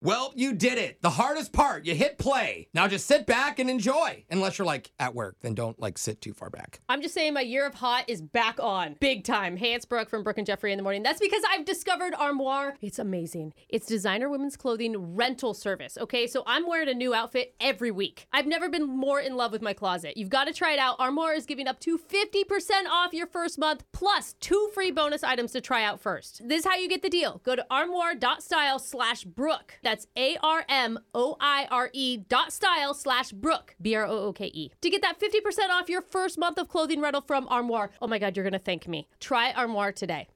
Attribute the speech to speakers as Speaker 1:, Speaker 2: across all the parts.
Speaker 1: Well, you did it. The hardest part. You hit play. Now just sit back and enjoy. Unless you're like at work, then don't like sit too far back.
Speaker 2: I'm just saying my year of hot is back on. Big time. Hans Brook from Brook and Jeffrey in the morning. That's because I've discovered Armoire. It's amazing. It's designer women's clothing rental service. Okay, so I'm wearing a new outfit every week. I've never been more in love with my closet. You've got to try it out. Armoire is giving up to 50% off your first month plus two free bonus items to try out first. This is how you get the deal. Go to armoire.style slash Brooke. That's A-R-M-O-I-R-E E dot style slash Brooke. B-R-O-O-K-E. E. To get that 50% off your first month of clothing rental from Armoire. Oh my God, you're going to thank me. Try Armoire today.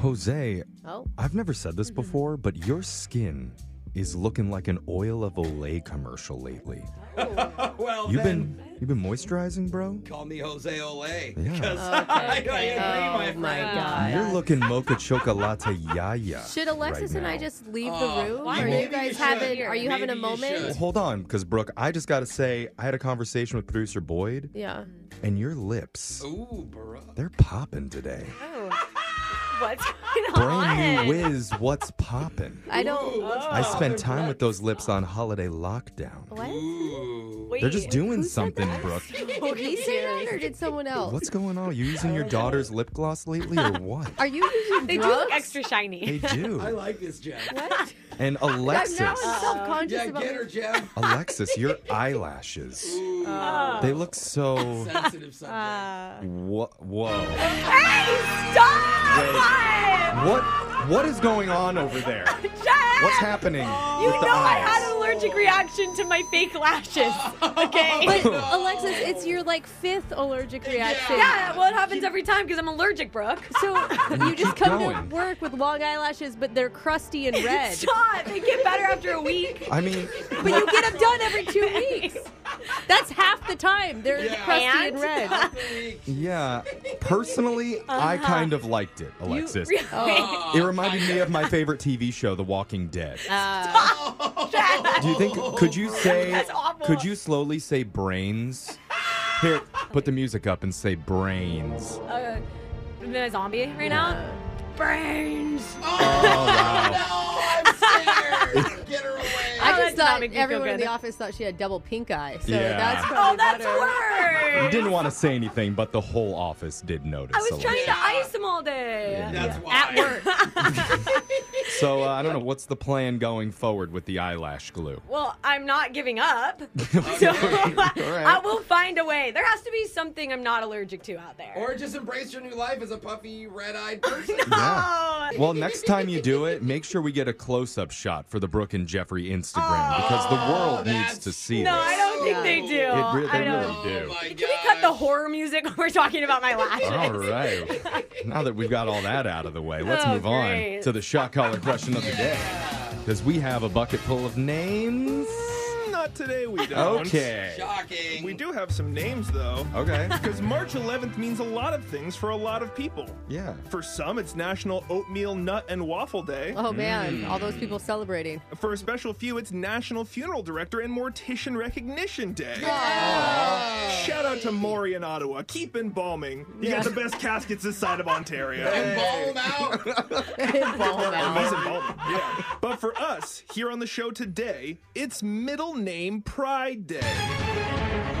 Speaker 3: Jose,
Speaker 2: Oh.
Speaker 3: I've never said this
Speaker 4: Mm-hmm.
Speaker 3: before, but your skin is looking like an oil of Olay commercial lately.
Speaker 4: Oh.
Speaker 1: Well,
Speaker 3: You've been you've been moisturizing, bro?
Speaker 1: call me Jose Ole.
Speaker 3: Yeah.
Speaker 1: I,
Speaker 2: Oh my God.
Speaker 3: You're looking mocha chocolate yaya.
Speaker 4: Should Alexis
Speaker 3: right
Speaker 4: and I
Speaker 3: now.
Speaker 4: just leave
Speaker 1: Oh,
Speaker 4: the room?
Speaker 1: why
Speaker 4: Are
Speaker 1: maybe
Speaker 4: you guys
Speaker 1: you should.
Speaker 4: having? Are you having a
Speaker 1: Maybe you
Speaker 4: moment?
Speaker 1: should.
Speaker 3: Well, hold on, because Brooke, I just gotta say, I had a conversation with producer Boyd,
Speaker 4: Yeah.
Speaker 3: and your lips,
Speaker 1: Ooh, bro.
Speaker 3: they're popping today.
Speaker 5: Oh.
Speaker 4: What's going
Speaker 3: Brand new whiz, what's poppin'?
Speaker 4: I don't.
Speaker 3: I spent time with those lips on holiday lockdown.
Speaker 4: What?
Speaker 1: Ooh.
Speaker 3: They're just doing something, Brooke.
Speaker 4: Did Oh, he say that, or did someone else?
Speaker 3: What's going on? You using your daughter's lip gloss lately or what?
Speaker 4: Are you using
Speaker 5: They do
Speaker 4: drugs?
Speaker 5: look extra shiny.
Speaker 3: They do.
Speaker 1: I like this, Jen.
Speaker 3: And
Speaker 4: I'm now
Speaker 3: Alexis,
Speaker 4: self-conscious
Speaker 1: Yeah,
Speaker 4: about
Speaker 1: get her, Jen.
Speaker 3: Alexis, your eyelashes.
Speaker 1: Ooh,
Speaker 5: Oh.
Speaker 3: They look so.
Speaker 1: sensitive subject.
Speaker 3: Wha- whoa.
Speaker 5: Uh, Hey, stop!
Speaker 3: What? What is going on over there? What's happening
Speaker 5: You
Speaker 3: with
Speaker 5: know
Speaker 3: the
Speaker 5: I
Speaker 3: eyes?
Speaker 5: had an allergic reaction to my fake lashes.
Speaker 1: Oh,
Speaker 5: Okay.
Speaker 4: But Alexis, it's your like fifth allergic reaction.
Speaker 5: yeah, well, it happens every time because I'm allergic, Brooke.
Speaker 4: So you just
Speaker 3: keep
Speaker 4: come
Speaker 3: going.
Speaker 4: to work with long eyelashes, but they're crusty and red.
Speaker 5: Stop! They get better after a week.
Speaker 3: I mean,
Speaker 4: but you get them done every two weeks. That's half the time. They're
Speaker 1: Yeah.
Speaker 4: crusty and,
Speaker 5: And-
Speaker 4: red.
Speaker 3: yeah. Personally, I
Speaker 5: Uh-huh.
Speaker 3: kind of liked it, Alexis. It reminded me of my favorite TV show, The Walking Dead. Do you think? Could you say?
Speaker 5: That's awful.
Speaker 3: Could you slowly say brains? Here, put the music up and say brains.
Speaker 5: Uh, am I a zombie right now? Brains.
Speaker 3: Oh wow!
Speaker 1: Oh, I'm scared. Get her away.
Speaker 4: I
Speaker 5: Oh,
Speaker 4: just
Speaker 5: that did not
Speaker 4: thought
Speaker 5: make me feel
Speaker 4: everyone in
Speaker 5: good.
Speaker 4: the office thought she had double pink eye. So
Speaker 3: Yeah.
Speaker 4: that's probably
Speaker 5: Oh, that's
Speaker 4: better.
Speaker 5: worse.
Speaker 3: You didn't want to say anything, but the whole office did notice.
Speaker 5: I was trying
Speaker 3: Alexis.
Speaker 5: to ice them all day.
Speaker 1: That's why.
Speaker 4: At work.
Speaker 3: So uh, I don't know what's the plan going forward with the eyelash glue.
Speaker 5: Well, I'm not giving up.
Speaker 3: Okay. All right.
Speaker 5: I will find a way. There has to be something I'm not allergic to out there.
Speaker 1: Or just embrace your new life as a puffy, red-eyed person.
Speaker 3: Yeah. Well, next time you do it, make sure we get a close-up shot for the Brooke and Jeffrey Instagram because the
Speaker 5: Oh,
Speaker 3: world needs
Speaker 1: that's-
Speaker 3: to see
Speaker 5: no,
Speaker 3: this.
Speaker 5: I don't think they do.
Speaker 3: It re- they
Speaker 5: I don't.
Speaker 3: really do.
Speaker 1: Oh my
Speaker 5: Can we cut the
Speaker 1: gosh.
Speaker 5: horror music when we're talking about my lashes?
Speaker 3: All right. Now that we've got all that out of the way, let's
Speaker 5: Oh,
Speaker 3: move on
Speaker 5: great.
Speaker 3: to the shot collar question of the day. Because we have a bucket full of names.
Speaker 6: Mm, Not today, we don't.
Speaker 3: Okay.
Speaker 1: Shocking.
Speaker 6: We do have some names, though.
Speaker 3: Okay.
Speaker 6: Because March 11th means a lot of things for a lot of people.
Speaker 3: Yeah.
Speaker 6: For some, it's National Oatmeal Nut and Waffle Day.
Speaker 4: Oh man,
Speaker 3: Mm.
Speaker 1: Mm.
Speaker 4: all those people celebrating.
Speaker 6: For a special few, it's National Funeral Director and Mortician Recognition Day. Shout out to Maury in Ottawa. Keep embalming. You got the best caskets this side of Ontario.
Speaker 1: And ball 'em out.
Speaker 6: He's embalming. Yeah. But for us, here on the show today, it's Middle Name Pride Day.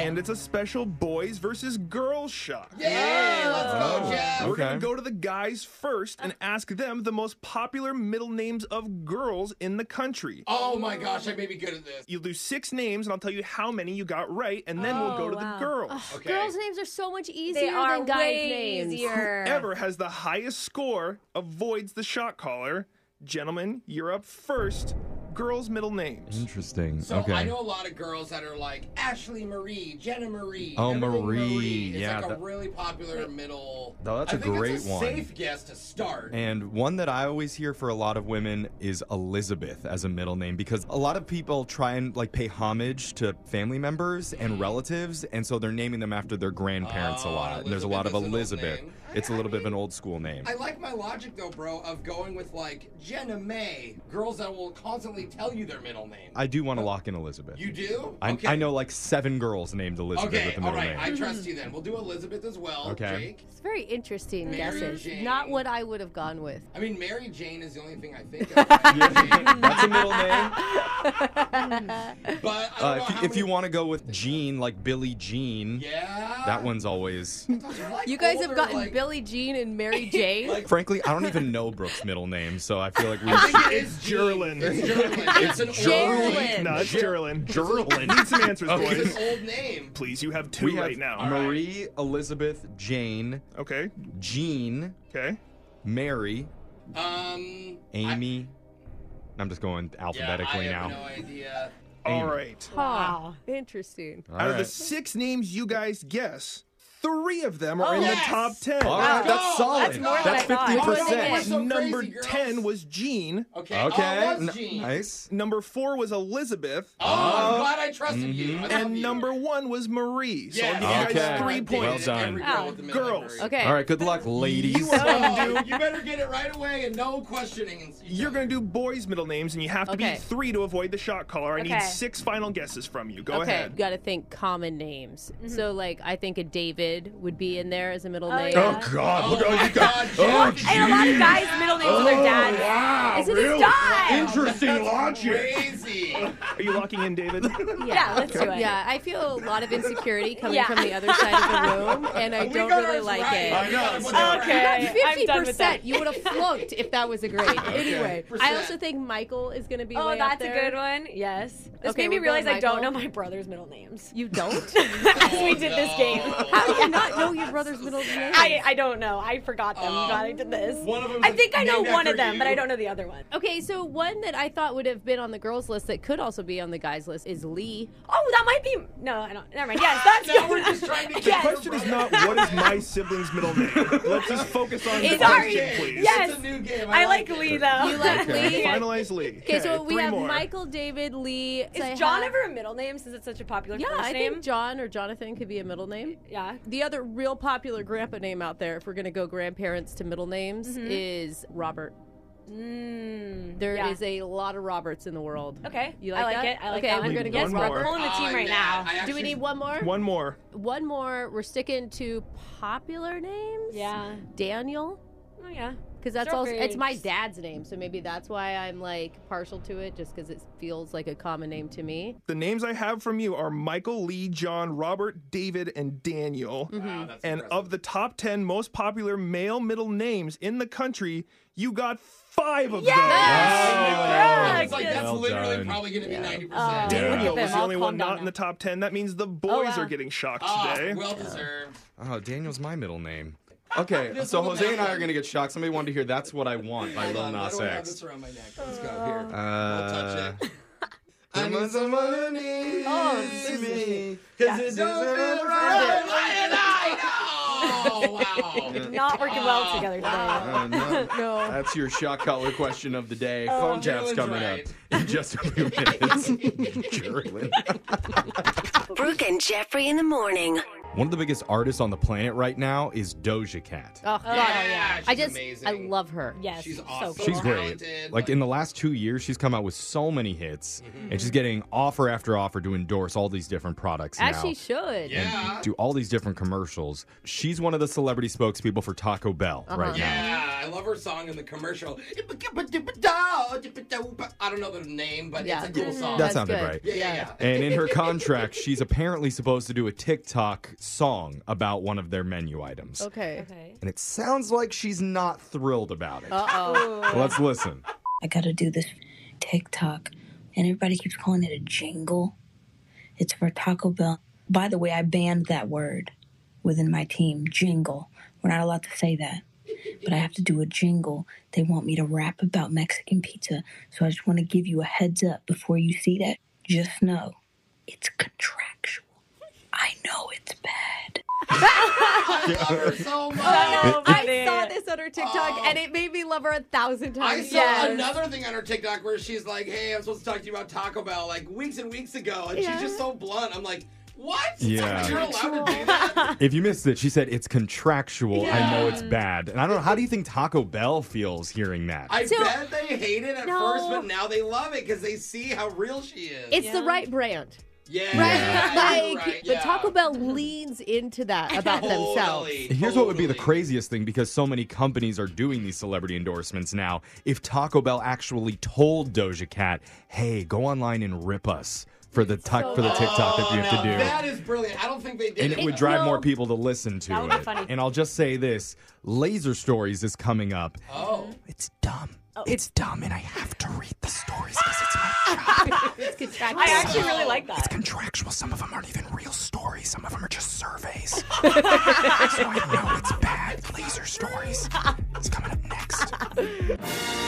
Speaker 6: And it's a special boys versus girls shot. Oh,
Speaker 1: Hey, let's go, Jeff.
Speaker 6: We're
Speaker 3: Okay.
Speaker 6: gonna go to the guys first and ask them the most popular middle names of girls in the country.
Speaker 1: Oh my gosh, I may be good at this.
Speaker 6: You do six names, and I'll tell you how many you got right, and then we'll go to the girls.
Speaker 1: Okay.
Speaker 4: Oh, Girls' names are so much easier
Speaker 5: They are
Speaker 4: than guys'
Speaker 5: way
Speaker 4: names.
Speaker 5: easier.
Speaker 6: Ever has the highest score avoids the shot caller. Gentlemen, you're up first. Girls' middle names.
Speaker 3: Interesting.
Speaker 1: So
Speaker 3: okay.
Speaker 1: I know a lot of girls that are like Ashley Marie, Jenna Marie.
Speaker 3: Oh,
Speaker 1: everything
Speaker 3: Marie,
Speaker 1: It's
Speaker 3: yeah,
Speaker 1: like
Speaker 3: that-
Speaker 1: a really popular middle.
Speaker 3: No, that's
Speaker 1: I
Speaker 3: a
Speaker 1: think it's
Speaker 3: great one.
Speaker 1: Safe guess to start.
Speaker 3: And one that I always hear for a lot of women is Elizabeth as a middle name because a lot of people try and like pay homage to family members and relatives, and so they're naming them after their grandparents a
Speaker 1: Mm-hmm. Oh,
Speaker 3: lot. And there's a lot of
Speaker 1: Elizabeth is an old
Speaker 3: Elizabeth.
Speaker 1: name.
Speaker 3: It's a little bit of an old school name.
Speaker 1: I like my logic though, bro, of going with like Jenna May, girls that will constantly tell you their middle name.
Speaker 3: I do want to lock in Elizabeth.
Speaker 1: you do?
Speaker 3: I, I know like seven girls named Elizabeth
Speaker 1: Okay,
Speaker 3: with the
Speaker 1: all
Speaker 3: middle
Speaker 1: right.
Speaker 3: name.
Speaker 1: I
Speaker 2: Mm-hmm.
Speaker 1: trust you then. We'll do Elizabeth as well.
Speaker 3: Okay.
Speaker 1: Jake.
Speaker 4: It's very interesting
Speaker 1: Mary
Speaker 4: guesses.
Speaker 1: Jane.
Speaker 4: Not what I would have gone with.
Speaker 1: I mean, Mary Jane is the only thing I think of. Mary
Speaker 3: That's a middle name.
Speaker 1: Jane. But I don't
Speaker 3: Uh,
Speaker 1: know
Speaker 3: if,
Speaker 1: how
Speaker 3: you, if you
Speaker 1: many-
Speaker 3: want to go with Jean, like Billie Jean,
Speaker 1: yeah,
Speaker 3: that one's always.
Speaker 1: Like
Speaker 4: You guys
Speaker 1: older,
Speaker 4: have gotten
Speaker 1: like,
Speaker 4: Billie Jean and Mary Jane.
Speaker 3: Frankly, I don't even know Brooke's middle name, so I feel like we
Speaker 1: I
Speaker 3: should.
Speaker 1: think it is Jean.
Speaker 6: Jerlin.
Speaker 1: It's Jerlin. It's an old
Speaker 4: Jerlin.
Speaker 1: name.
Speaker 6: No, it's Gerlin.
Speaker 3: Gerlin.
Speaker 6: Need some answers,
Speaker 1: It's
Speaker 6: boys.
Speaker 1: an old name.
Speaker 6: Please, you have two
Speaker 3: We have
Speaker 6: right now.
Speaker 3: Marie, Elizabeth, Jane,
Speaker 6: Okay,
Speaker 3: Jean,
Speaker 6: okay.
Speaker 3: Mary,
Speaker 1: Um,
Speaker 3: Amy. I, am just going
Speaker 1: yeah,
Speaker 3: alphabetically
Speaker 1: I
Speaker 3: now.
Speaker 1: have no idea.
Speaker 6: All
Speaker 3: Amy.
Speaker 6: right.
Speaker 4: Wow, interesting.
Speaker 3: All
Speaker 6: Out of the
Speaker 3: right.
Speaker 6: six names you guys guess, three of them are in
Speaker 1: Oh, yes!
Speaker 6: the top ten.
Speaker 3: All right,
Speaker 1: Wow.
Speaker 3: that's
Speaker 1: That's
Speaker 3: solid.
Speaker 5: more than I thought.
Speaker 1: Oh, no,
Speaker 3: 50%.
Speaker 1: we're so crazy,
Speaker 6: Number
Speaker 1: girls.
Speaker 6: ten was Jean.
Speaker 1: Okay.
Speaker 3: okay.
Speaker 1: Oh, it was Jean.
Speaker 3: nice.
Speaker 6: Number four was Elizabeth.
Speaker 1: Oh, I'm glad I trusted you. I love
Speaker 6: And
Speaker 1: you.
Speaker 6: number one was Marie. So
Speaker 1: Yes.
Speaker 6: I'll give you
Speaker 3: Mm-hmm. Okay.
Speaker 6: guys three
Speaker 3: Well
Speaker 6: points.
Speaker 3: done.
Speaker 1: Every girl with the middle
Speaker 6: Girls.
Speaker 1: name.
Speaker 4: Oh. Okay.
Speaker 3: All right, good luck, ladies.
Speaker 1: Oh, you better get it right away and no questioning. and-
Speaker 6: You're going to do boys' middle names, and you have to
Speaker 4: Okay.
Speaker 6: be three to avoid the shot caller. I need
Speaker 5: Okay.
Speaker 6: six final guesses from you. Go
Speaker 4: Okay.
Speaker 2: You
Speaker 6: ahead.
Speaker 2: gotta think common names. So, like, I think a David would be in there as a middle
Speaker 5: Mm-hmm. Oh,
Speaker 2: name.
Speaker 5: yeah.
Speaker 3: God,
Speaker 1: Oh my God, Jake.
Speaker 5: And a lot of guys' middle names are
Speaker 6: Oh,
Speaker 5: their dads.
Speaker 3: Oh, wow,
Speaker 5: It's in his dad.
Speaker 3: Interesting logic.
Speaker 1: Crazy.
Speaker 6: Are you locking in, David?
Speaker 5: Yeah, let's do it.
Speaker 2: Yeah, I feel a lot of insecurity coming
Speaker 5: Yeah.
Speaker 2: from the other side of the room, and I
Speaker 1: We
Speaker 2: don't
Speaker 1: got
Speaker 2: really
Speaker 1: ours
Speaker 2: like
Speaker 1: right.
Speaker 2: it.
Speaker 1: We got
Speaker 3: I know.
Speaker 1: it right.
Speaker 5: Okay. I'm
Speaker 2: Fifty
Speaker 5: done with that.
Speaker 2: percent. You would have flunked if that was a grade. Anyway, I
Speaker 1: Percent.
Speaker 2: also think Michael is going to be.
Speaker 5: Oh,
Speaker 2: way up
Speaker 5: that's a
Speaker 2: there.
Speaker 5: good one. Yes. This
Speaker 2: Okay,
Speaker 5: made me
Speaker 2: we're going
Speaker 5: realize I don't know
Speaker 2: Michael.
Speaker 5: my brother's middle names
Speaker 2: You don't?
Speaker 5: as we did this
Speaker 1: no.
Speaker 5: game.
Speaker 2: How would you not know your brotherher's middle name?
Speaker 5: I, I don't know. I forgot them.
Speaker 1: Um,
Speaker 5: God, I did this.
Speaker 1: one of 'em's
Speaker 5: I think I know
Speaker 1: named
Speaker 5: one
Speaker 1: after
Speaker 5: of them, but
Speaker 1: you.
Speaker 5: I don't know the other one.
Speaker 2: okay, so one that I thought would have been on the girls' list that could also be on the guys' list is Lee.
Speaker 5: Oh, that might be. No, I don't. Never mind. Yes, that's
Speaker 1: Now we're just trying to get
Speaker 5: Yes.
Speaker 1: your
Speaker 6: question is
Speaker 1: brother.
Speaker 6: not what is my sibling's middle name. Let's just focus on the
Speaker 5: It's
Speaker 1: Sorry.
Speaker 5: already-
Speaker 6: question, please.
Speaker 5: Yes.
Speaker 1: It's a new game. I,
Speaker 5: I like
Speaker 1: it.
Speaker 5: Lee though.
Speaker 2: You like Lee?
Speaker 6: Finalize Lee.
Speaker 2: Okay, so we
Speaker 6: three
Speaker 2: have
Speaker 6: more.
Speaker 2: Michael, David, Lee. so I
Speaker 5: Is John
Speaker 2: have-
Speaker 5: ever a middle name since it's such a popular
Speaker 2: Yeah,
Speaker 5: first
Speaker 2: I
Speaker 5: name?
Speaker 2: think John or Jonathan could be a middle name.
Speaker 5: yeah.
Speaker 2: The other real popular grandpa name out there, if we're going to go grandparents to middle names,
Speaker 5: Mm-hmm.
Speaker 2: is Robert.
Speaker 6: Hmm.
Speaker 5: Mm,
Speaker 2: There is
Speaker 5: yeah.
Speaker 2: a lot of Roberts in the world.
Speaker 5: Okay.
Speaker 2: You
Speaker 5: I
Speaker 2: like
Speaker 5: like
Speaker 2: that?
Speaker 5: it. I like
Speaker 2: Okay,
Speaker 5: that.
Speaker 2: we're
Speaker 5: one.
Speaker 2: gonna
Speaker 6: go
Speaker 5: yes,
Speaker 6: with
Speaker 5: we're
Speaker 6: Robert.
Speaker 5: pulling the team
Speaker 1: I'm
Speaker 5: right
Speaker 1: mad.
Speaker 5: now.
Speaker 1: Oh, I
Speaker 2: Do we
Speaker 1: actually-
Speaker 2: need one more?
Speaker 6: One more.
Speaker 2: One more. We're sticking to popular names.
Speaker 5: Yeah.
Speaker 2: Daniel,
Speaker 5: Oh yeah.
Speaker 2: because that's also it's my
Speaker 5: George.
Speaker 2: dad's name, so maybe that's why I'm like partial to it, just because it feels like a common name to me.
Speaker 6: The names I have from you are Michael, Lee, John, Robert, David, and Daniel.
Speaker 5: Mm-hmm.
Speaker 1: Wow, that's
Speaker 6: And
Speaker 1: impressive.
Speaker 6: of the top 10 most popular male middle names in the country, you got five of
Speaker 1: I was like, that's
Speaker 3: Well
Speaker 1: literally
Speaker 3: done.
Speaker 1: probably going to be 90%.
Speaker 6: them. Daniel
Speaker 5: Look at
Speaker 6: was
Speaker 5: them,
Speaker 6: the
Speaker 5: all
Speaker 6: only one
Speaker 5: calmed down
Speaker 6: not in
Speaker 5: now. Oh,
Speaker 6: the top 10. That means the boys are getting shocked
Speaker 1: Ah,
Speaker 6: today.
Speaker 1: well deserved.
Speaker 3: Oh, Daniel's my middle name. Okay,
Speaker 1: This
Speaker 3: so
Speaker 1: one was
Speaker 3: Jose and I
Speaker 1: mine.
Speaker 3: are gonna get shocked. Somebody wanted to hear "That's What I Want" by
Speaker 1: Hold
Speaker 3: Lil
Speaker 1: on, I
Speaker 3: Nas
Speaker 1: don't have this
Speaker 3: X.
Speaker 1: around my neck. Let's go here.
Speaker 3: Uh,
Speaker 1: we'll touch it. I need someone who needs me. Cause it doesn't feel right. Why did I know?
Speaker 5: Not working well together today.
Speaker 3: uh, no. That's your shock collar question of the day. Phone tap's
Speaker 1: Gerlin's
Speaker 3: coming
Speaker 1: Oh, right.
Speaker 3: up in just a few minutes. Gerlin.
Speaker 7: Brooke and Jeffrey in the
Speaker 4: Oh,
Speaker 7: morning.
Speaker 3: One of the biggest artists on the planet right now is Doja Cat.
Speaker 2: Oh, God,
Speaker 1: Yeah, she's
Speaker 2: I just
Speaker 1: amazing.
Speaker 2: I love her.
Speaker 5: Yes.
Speaker 1: She's
Speaker 5: so
Speaker 1: awesome.
Speaker 5: cool.
Speaker 3: She's great.
Speaker 1: talented,
Speaker 3: Like
Speaker 1: Oh, like- Mm-hmm.
Speaker 3: in the last two years, she's come out with so many hits, and she's getting offer after offer to endorse all these different products
Speaker 2: As
Speaker 3: now.
Speaker 2: she should.
Speaker 1: Yeah.
Speaker 3: do all these different commercials. She's one of the celebrity spokespeople for Taco Bell right now.
Speaker 1: Uh-huh. Yeah, I love her song in the commercial. I don't know the name, but
Speaker 2: Yeah. Mm-hmm.
Speaker 1: it's a cool song.
Speaker 3: That sounded
Speaker 2: good.
Speaker 3: right.
Speaker 1: yeah, yeah, yeah.
Speaker 3: And in her contract, she's apparently supposed to do a TikTok song about one of their menu items.
Speaker 2: Okay.
Speaker 5: Okay.
Speaker 3: And it sounds like she's not thrilled about it.
Speaker 2: Uh-oh.
Speaker 3: Let's listen.
Speaker 8: I gotta do this TikTok. And everybody keeps calling it a jingle. It's for Taco Bell. By the way, I banned that word within my team jingle. We're not allowed to say that. But I have to do a jingle. They want me to rap about Mexican pizza. So I just want to give you a heads up before you see that. Just know it's contractual. I know it's bad.
Speaker 1: I love her
Speaker 5: Oh,
Speaker 1: so much.
Speaker 2: I saw this on her TikTok and it made me love her a thousand
Speaker 1: I
Speaker 2: times.
Speaker 1: saw another thing on her TikTok where she's like, "Hey, I'm supposed to talk to you about Taco Bell like weeks and weeks ago," and she's just so blunt. I'm like, What?
Speaker 3: Yeah.
Speaker 1: You're allowed to do that?
Speaker 3: If you missed it, she said it's contractual. I know it's bad. And I don't know. How do you think Taco Bell feels hearing that?
Speaker 1: I bet they hate it at
Speaker 2: No.
Speaker 1: first, but now they love it because they see how real she is.
Speaker 4: It's the right brand.
Speaker 1: yeah.
Speaker 4: Right?
Speaker 1: you're
Speaker 4: Like,
Speaker 1: right,
Speaker 4: but
Speaker 1: yeah.
Speaker 4: Taco Bell leans into that about themselves.
Speaker 1: Totally,
Speaker 3: Here's what would be the
Speaker 1: totally.
Speaker 3: craziest thing because so many companies are doing these celebrity endorsements now. If Taco Bell actually told Doja Cat, "Hey, go online and rip us for the tuck for the TikTok that you have to
Speaker 1: Now,
Speaker 3: do."
Speaker 1: Oh, That is brilliant. I don't think they
Speaker 3: and
Speaker 1: did.
Speaker 3: it would drive
Speaker 5: no.
Speaker 3: more people to listen to
Speaker 5: That would
Speaker 3: it.
Speaker 5: be funny.
Speaker 3: And I'll just say this: Laser Stories is coming up.
Speaker 1: oh.
Speaker 3: Mm-hmm. It's dumb.
Speaker 4: Oh.
Speaker 3: it's dumb, and I have to read the stories because it's my job.
Speaker 5: I actually really like that.
Speaker 3: contractual. Some of them aren't even real stories. Some of them are just surveys. so I know it's bad. Laser stories. It's coming up next.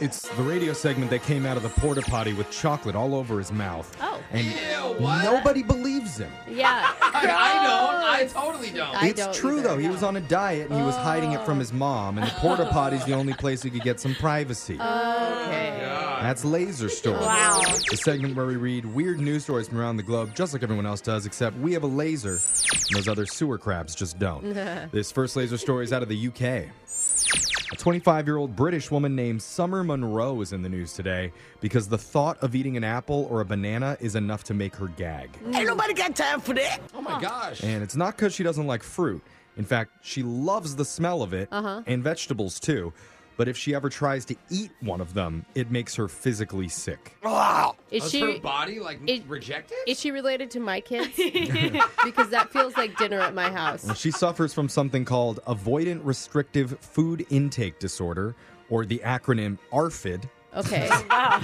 Speaker 3: It's the radio segment that came out of the porta potty with chocolate all over his mouth.
Speaker 2: Oh.
Speaker 3: and
Speaker 1: Ew, what?
Speaker 3: nobody believes him.
Speaker 2: Yeah.
Speaker 1: I, I don't. I totally don't.
Speaker 2: I
Speaker 3: it's
Speaker 2: don't
Speaker 3: true
Speaker 2: either. Oh.
Speaker 3: though. He was on a diet and he was hiding it from his mom. And the porta potty's the only place he could get some privacy. That's Laser Stories. Wow. The segment where we read weird news stories from around the globe, just like everyone else does, except we have a laser. And those other sewer crabs just don't. this first laser story is out of the UK. A 25 year old British woman named Summer Monroe is in the news today because the thought of eating an apple or a banana is enough to make her gag.
Speaker 1: oh my gosh.
Speaker 3: And it's not because she doesn't like fruit. In fact, she loves the smell of it and vegetables too. But if she ever tries to eat one of them, it makes her physically sick.
Speaker 4: Ah.
Speaker 2: Is
Speaker 1: Does
Speaker 2: she
Speaker 1: her body like
Speaker 2: it-
Speaker 1: reject it?
Speaker 4: Is she related to my kids? because that feels like dinner at my house.
Speaker 3: She suffers from something called avoidant restrictive food intake disorder, or the acronym ARFID.
Speaker 4: Okay.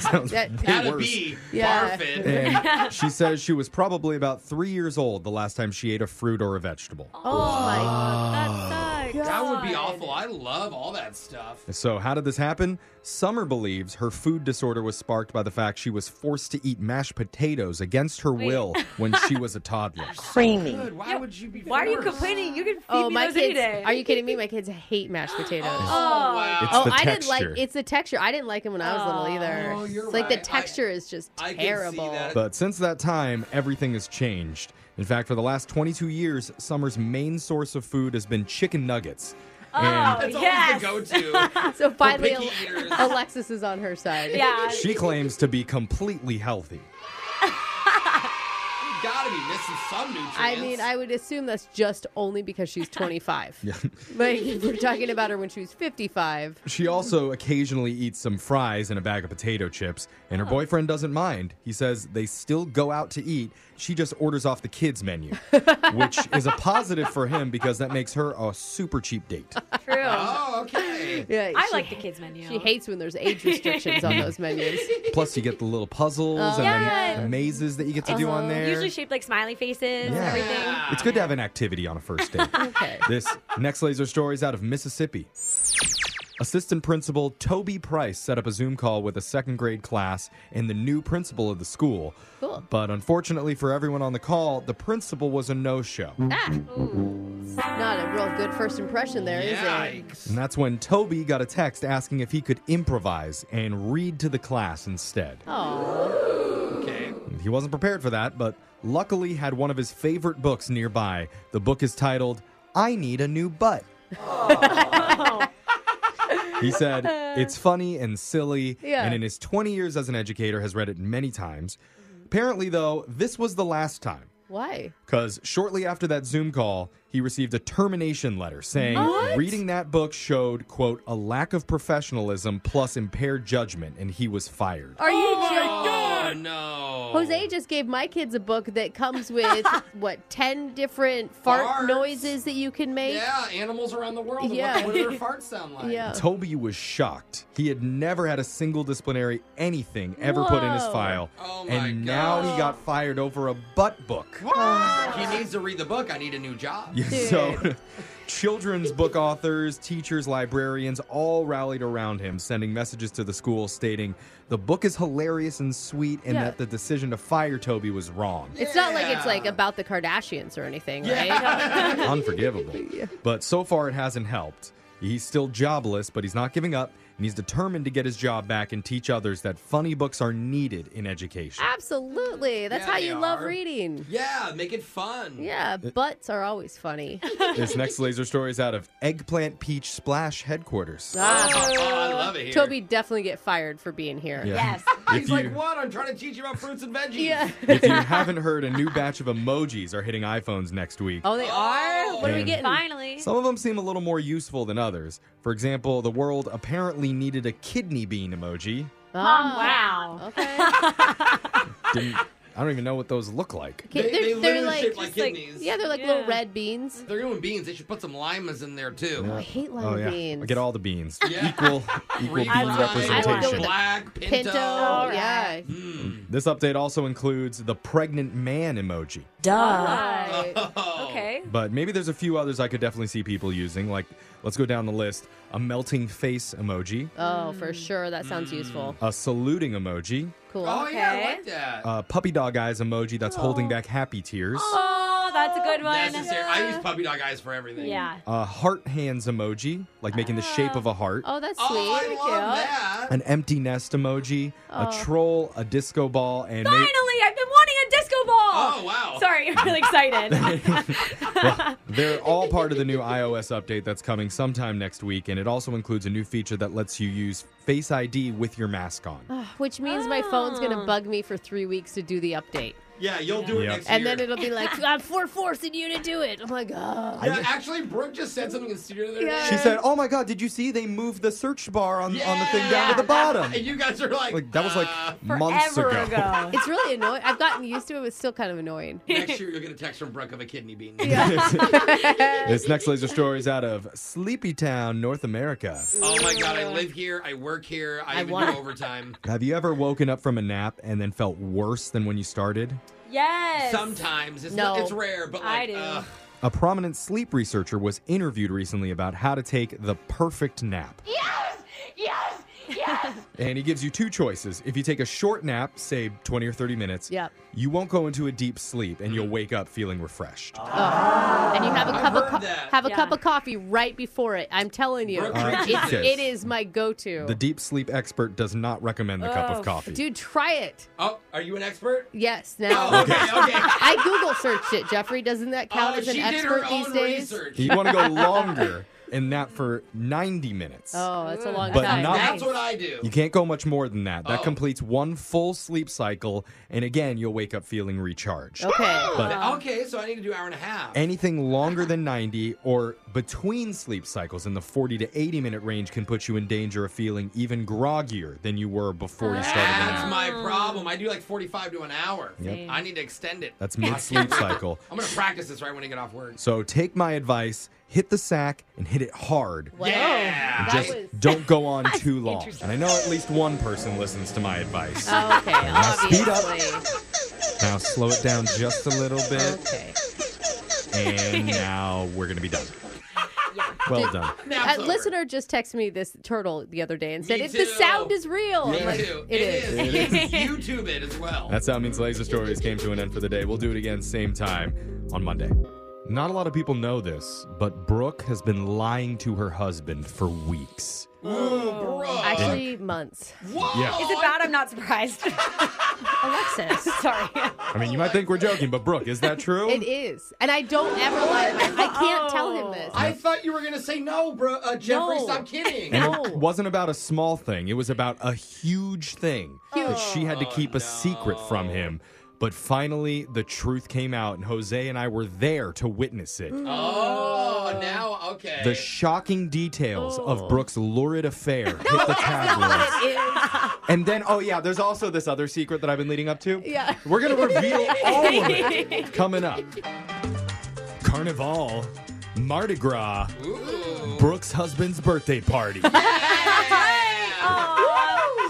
Speaker 3: Sounds
Speaker 4: That-
Speaker 3: way
Speaker 1: Had a
Speaker 3: worse.
Speaker 1: bee.
Speaker 4: Yeah.
Speaker 1: Barf it.
Speaker 3: And she says she was probably about three years old the last time she ate a fruit or a vegetable.
Speaker 4: Oh my.
Speaker 5: That sucks.
Speaker 1: That would be awful. I love all that stuff.
Speaker 3: So, how did this happen? Summer believes her food disorder was sparked by the fact she was forced to eat mashed potatoes against her will when she was a toddler.
Speaker 1: Good. Why would you be?
Speaker 5: Why are you
Speaker 1: forced?
Speaker 5: complaining? You can feed
Speaker 4: Oh
Speaker 5: me
Speaker 4: my
Speaker 5: those any
Speaker 4: kids.
Speaker 5: day.
Speaker 4: Are you kidding me? My kids hate mashed potatoes.
Speaker 1: Oh wow.
Speaker 3: It's
Speaker 4: Oh,
Speaker 3: the
Speaker 4: I didn't like
Speaker 3: texture.
Speaker 4: it's the texture. I didn't like it when I was little either.
Speaker 1: Oh, you're
Speaker 4: it's like
Speaker 1: right.
Speaker 4: the texture is just
Speaker 1: I can see
Speaker 4: terrible.
Speaker 1: that.
Speaker 3: But since that time, everything has changed. In fact, for the last 22 years, Summer's main source of food has been chicken nuggets. And
Speaker 4: Oh,
Speaker 1: That's
Speaker 5: Yes.
Speaker 1: always the go-to.
Speaker 4: So finally,
Speaker 1: picky eaters.
Speaker 4: Alexis is on her side.
Speaker 5: yeah.
Speaker 3: she claims to be completely healthy.
Speaker 1: you gotta be missing some nutrients.
Speaker 4: I mean, I would assume that's just only because she's 25. Like, if we're talking about her when she was 55.
Speaker 3: She also occasionally eats some fries and a bag of potato chips, and her boyfriend doesn't mind. He says they still go out to eat. She just orders off the kids' menu, which is a positive for him because that makes her a super cheap date.
Speaker 5: True.
Speaker 1: Oh, okay.
Speaker 4: Yeah,
Speaker 5: I
Speaker 4: she-
Speaker 5: like the kids menu.
Speaker 4: She hates when there's age restrictions on those menus.
Speaker 3: Plus, you get the little puzzles and the, the mazes that you get to do
Speaker 2: Uh-huh.
Speaker 3: on there.
Speaker 5: Uh-huh. Usually shaped like smiley faces.
Speaker 3: Yeah.
Speaker 5: Everything.
Speaker 3: It's good to have an activity on a first date.
Speaker 4: Okay.
Speaker 3: This next laser story is out of Mississippi. Assistant principal Toby Price set up a Zoom call with a second grade class and the new principal of the school.
Speaker 4: Cool.
Speaker 3: But unfortunately for everyone on the call, the principal was a no show.
Speaker 4: Not a real good first impression there, is it?
Speaker 1: Yikes.
Speaker 3: And that's when Toby got a text asking if he could improvise and read to the class instead.
Speaker 1: Okay.
Speaker 3: He wasn't prepared for that, but luckily had one of his favorite books nearby. The book is titled I Need a New Butt. he said, It's funny and silly,
Speaker 4: Yeah.
Speaker 3: and in his 20 years as an educator, has read it many times. Apparently, though, this was the last time.
Speaker 4: Why?
Speaker 3: Because shortly after that Zoom call, he received a termination letter saying reading that book showed, quote, a lack of professionalism plus impaired judgment, and he was fired.
Speaker 4: Are you joking?
Speaker 1: Oh no.
Speaker 4: Jose just gave my kids a book that comes with what ten different fart
Speaker 1: Farts.
Speaker 4: noises that you can make.
Speaker 1: Yeah, animals around the world. Yeah.
Speaker 4: Yeah.
Speaker 1: What, what do their farts sound like?
Speaker 4: Yeah.
Speaker 3: Toby was shocked. He had never had a single disciplinary anything ever put in his
Speaker 4: Whoa.
Speaker 3: file.
Speaker 1: Oh my
Speaker 3: and now he
Speaker 1: gosh.
Speaker 3: got fired over a butt book.
Speaker 4: Oh,
Speaker 1: He needs to read the book. I need a new job.
Speaker 3: Yeah, So children's book authors, teachers, librarians all rallied around him, sending messages to the school stating the book is hilarious and sweet and
Speaker 4: Yeah.
Speaker 3: that the decision to fire Toby was wrong.
Speaker 4: It's not like it's like about the Kardashians or anything, right?
Speaker 3: Unforgivable. But so far it hasn't helped. He's still jobless, but he's not giving up, and he's determined to get his job back and teach others that funny books are needed in education.
Speaker 4: Absolutely. That's
Speaker 1: Yeah,
Speaker 4: how
Speaker 1: they
Speaker 4: you love
Speaker 1: are.
Speaker 4: reading.
Speaker 1: Yeah, make it fun.
Speaker 4: Yeah, butts are always funny.
Speaker 2: Ah.
Speaker 3: this next laser story is out of Eggplant Peach Splash headquarters.
Speaker 2: Ah.
Speaker 1: Oh, I love it here.
Speaker 4: Toby definitely get fired for being here.
Speaker 5: Yes.
Speaker 3: If
Speaker 1: He's
Speaker 3: you,
Speaker 1: like, what? I'm trying to teach you about fruits and veggies.
Speaker 4: Yeah.
Speaker 3: if you haven't heard, a new batch of emojis are hitting iPhones next week.
Speaker 4: Oh, they are? What are we
Speaker 3: And-
Speaker 4: getting?
Speaker 5: Finally.
Speaker 3: Some of them seem a little more useful than others. For example, the world apparently needed a kidney bean emoji.
Speaker 5: Mom,
Speaker 4: Ah,
Speaker 5: wow.
Speaker 4: Okay.
Speaker 3: Didn't, I don't even know what those look like.
Speaker 1: They,
Speaker 4: They're,
Speaker 1: they
Speaker 4: they're
Speaker 1: literally
Speaker 4: like,
Speaker 1: shape like
Speaker 5: just like-
Speaker 1: kidneys.
Speaker 4: yeah, they're like little
Speaker 5: Yeah.
Speaker 4: red beans.
Speaker 1: They're doing beans. They should put some limas in there too.
Speaker 4: I hate
Speaker 3: Oh,
Speaker 4: lima beans.
Speaker 3: Get all the beans.
Speaker 1: Yeah.
Speaker 3: Equal, equal
Speaker 1: Green,
Speaker 3: bean
Speaker 1: lime,
Speaker 3: representation. Mm.
Speaker 1: Black, pinto. Hmm.
Speaker 4: pinto. Yeah.
Speaker 3: This update also includes the pregnant man emoji.
Speaker 1: Oh.
Speaker 4: Right.
Speaker 5: Okay.
Speaker 3: But maybe there's a few others I could definitely see people using. Like, let's go down the list a melting face emoji,
Speaker 4: Oh, for
Speaker 3: Mm.
Speaker 4: sure. That sounds
Speaker 1: Mm.
Speaker 4: useful.
Speaker 3: a saluting emoji,
Speaker 4: Cool.
Speaker 1: Oh yeah, I
Speaker 5: Okay.
Speaker 1: like that.
Speaker 3: a puppy dog eyes emoji that's holding back happy tears,
Speaker 5: Oh, that's a good one.
Speaker 1: Necessary. I use puppy dog eyes for everything.
Speaker 5: Yeah.
Speaker 3: a heart hands emoji, like making the shape of a heart,
Speaker 4: Oh, that's sweet.
Speaker 1: Oh, I love
Speaker 4: Oh.
Speaker 1: that.
Speaker 3: an empty nest emoji, a troll, a disco ball, and may-
Speaker 5: Finally, I've been wanting a disco ball.
Speaker 1: Oh wow.
Speaker 5: Sorry, I'm really excited.
Speaker 3: Well, they're all part of the new iOS update that's coming sometime next week, and it also includes a new feature that lets you use Face ID with your mask on.
Speaker 4: Ah, Which means my phone's going to
Speaker 3: Oh.
Speaker 4: bug me for three weeks to do the update.
Speaker 1: Yeah, you'll do it
Speaker 3: Yeah.
Speaker 1: next
Speaker 4: And
Speaker 1: year.
Speaker 4: then it'll be like, I'm for forcing you to do it. I'm like, oh.
Speaker 1: Yeah, actually, Brooke just said something in the studio the other day.
Speaker 3: She said, "Oh my God! Did you see they moved the search bar on, on the thing down to the
Speaker 1: Yeah.
Speaker 3: bottom?
Speaker 1: And you guys are like,
Speaker 3: Like that was like
Speaker 1: uh,
Speaker 3: months ago.
Speaker 5: Forever ago.
Speaker 4: It's really annoying. I've gotten used to it, but it's still kind of annoying.
Speaker 1: next year you'll get a text from Brooke of a kidney bean.
Speaker 3: this next laser story is out of Sleepy Town, North America.
Speaker 1: Oh my god, I live here, I work here, I, even
Speaker 4: want-
Speaker 1: do overtime.
Speaker 3: Have you ever woken up from a nap and then felt worse than when you started?
Speaker 5: Yes.
Speaker 1: Sometimes it's
Speaker 4: No.
Speaker 1: it's rare, but
Speaker 5: I
Speaker 1: like,
Speaker 5: do.
Speaker 1: ugh.
Speaker 3: A prominent sleep researcher was interviewed recently about how to take the perfect nap. Yes! Yes! Yes! and he gives you two choices. If you take a short nap, say 20 or 30 minutes,
Speaker 4: Yep.
Speaker 3: you won't go into a deep sleep and
Speaker 1: Mm-hmm.
Speaker 3: you'll wake up feeling refreshed.
Speaker 4: And you have a cup
Speaker 1: heard
Speaker 4: of co-
Speaker 1: that.
Speaker 4: have a cup
Speaker 5: Yeah.
Speaker 4: of coffee right before it. I'm telling you,
Speaker 1: Brooke
Speaker 3: right,
Speaker 4: it's,
Speaker 3: Jesus.
Speaker 4: it is my go-to.
Speaker 3: The deep sleep expert does not recommend the cup of
Speaker 5: Oh,
Speaker 3: coffee.
Speaker 4: Dude, try it.
Speaker 1: Oh, are you an expert?
Speaker 4: Yes, now.
Speaker 1: Oh, okay, okay.
Speaker 4: I Google searched it, Jeffrey. Doesn't that count
Speaker 1: oh,
Speaker 4: as an
Speaker 1: she did
Speaker 4: expert
Speaker 1: her
Speaker 4: these
Speaker 1: own
Speaker 4: days?
Speaker 1: research.
Speaker 3: You want to go longer and nap for 90 minutes.
Speaker 4: Oh, that's a long
Speaker 3: But
Speaker 4: time.
Speaker 3: not-
Speaker 1: That's what I do.
Speaker 3: You can't go much more than that. That
Speaker 1: Oh.
Speaker 3: completes one full sleep cycle, and again, you'll wake up feeling recharged.
Speaker 1: Oh,
Speaker 4: okay.
Speaker 3: But
Speaker 1: okay, so I need to do hour and a half.
Speaker 3: anything longer than 90 or between sleep cycles in the 40 to 80 minute range can put you in danger of feeling even groggier than you were before you started the
Speaker 1: That's
Speaker 3: nap.
Speaker 1: my problem. I do like 45 to an hour.
Speaker 3: Yep.
Speaker 1: I need to extend it.
Speaker 3: That's mid sleep cycle.
Speaker 1: I'm going to practice this right when I get off work.
Speaker 3: So take my advice, hit the sack and hit it hard.
Speaker 1: Yeah.
Speaker 3: Just
Speaker 4: Oh, was-
Speaker 3: don't go on too long. And I know at least one person listens to my advice.
Speaker 4: Oh, Okay,
Speaker 3: speed up.
Speaker 4: obviously.
Speaker 3: Now slow it down just a little bit,
Speaker 4: Okay.
Speaker 3: and now we're gonna be done. Well done.
Speaker 1: Nap's
Speaker 4: A
Speaker 1: over.
Speaker 4: listener just texted me this turtle the other day and said,
Speaker 1: Me
Speaker 4: "If the
Speaker 1: too.
Speaker 4: sound is real."
Speaker 1: Me
Speaker 4: I'm like,
Speaker 1: too.
Speaker 4: It is.
Speaker 1: It is. YouTube it as well.
Speaker 3: That's how it means Laser Stories came to an end for the day. We'll do it again same time on Monday. Not a lot of people know this, but Brooke has been lying to her husband for weeks.
Speaker 1: Ooh, bro.
Speaker 4: Actually, months.
Speaker 1: Whoa.
Speaker 3: Yeah.
Speaker 5: Is it bad? I'm not surprised.
Speaker 4: Alexis.
Speaker 5: Sorry.
Speaker 3: I mean, you might think we're joking, but Brooke, is that true?
Speaker 4: It is. And I don't ever lie. to him. I can't tell him this.
Speaker 1: I thought you were going to say no, bro. Uh, Jeffrey,
Speaker 4: No.
Speaker 1: stop kidding.
Speaker 3: And it wasn't about a small thing, it was about a huge thing that she had to
Speaker 4: Oh,
Speaker 3: keep a secret from him. But finally, the truth came out, and Jose and I were there to witness it.
Speaker 1: Oh, now, okay.
Speaker 3: Mm. The shocking details
Speaker 4: Oh.
Speaker 3: of Brooke's lurid affair hit the tabloids. And then, oh yeah, there's also this other secret that I've been leading up to.
Speaker 4: Yeah.
Speaker 3: We're gonna reveal all of it coming up. Carnival, Mardi Gras,
Speaker 1: Ooh.
Speaker 3: Brooke's husband's birthday party.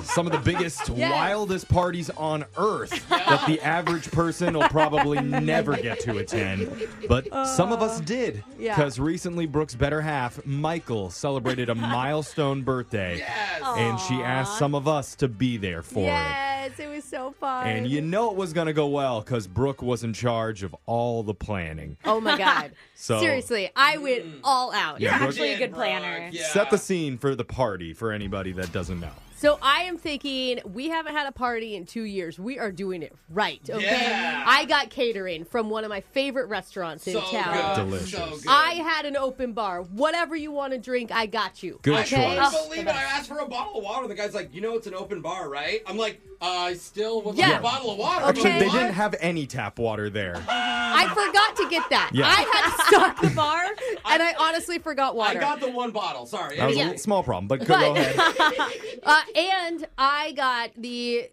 Speaker 3: Some of the biggest, wildest parties on earth that the average person will probably never get to attend. But some of us did.
Speaker 4: yeah.
Speaker 3: Because recently, Brooke's better half, Michael, celebrated a milestone birthday.
Speaker 1: Yes.
Speaker 4: Oh.
Speaker 3: And she asked some of us to be there for it.
Speaker 4: Yes, it was so fun.
Speaker 3: And you know it was going to go well because Brooke was in charge of all the planning.
Speaker 2: Oh my god.
Speaker 3: So-
Speaker 2: Seriously, I went all out.
Speaker 3: Yeah, Brooke-
Speaker 4: Actually, a good planner.
Speaker 1: Mm. Yeah.
Speaker 3: Set the scene for the party for anybody that doesn't know.
Speaker 2: So I am thinking we haven't had a party in two years. We are doing it right. Okay.
Speaker 1: Yeah.
Speaker 2: I got catering from one of my favorite restaurants in
Speaker 1: so
Speaker 2: town.
Speaker 1: good.
Speaker 3: Delicious.
Speaker 1: So good.
Speaker 2: I had an open bar. Whatever you want to drink, I got you. Oh,
Speaker 3: Good
Speaker 1: I
Speaker 3: choice.
Speaker 1: couldn't believe it. I asked for a bottle of water. The guy's like, you know, it's an open bar, right? I'm like, I still would like
Speaker 2: Yeah.
Speaker 1: a bottle of water.
Speaker 3: Actually,
Speaker 1: but
Speaker 3: they
Speaker 1: what?
Speaker 3: didn't have any tap water there.
Speaker 2: I forgot to get that.
Speaker 3: Yeah.
Speaker 2: I had stocked the bar, and I honestly forgot
Speaker 1: I
Speaker 2: water.
Speaker 1: got the one bottle. Sorry.
Speaker 3: That was a
Speaker 1: Anyway.
Speaker 3: little small problem, but go,
Speaker 2: But-
Speaker 3: ahead.
Speaker 2: Uh, and I got the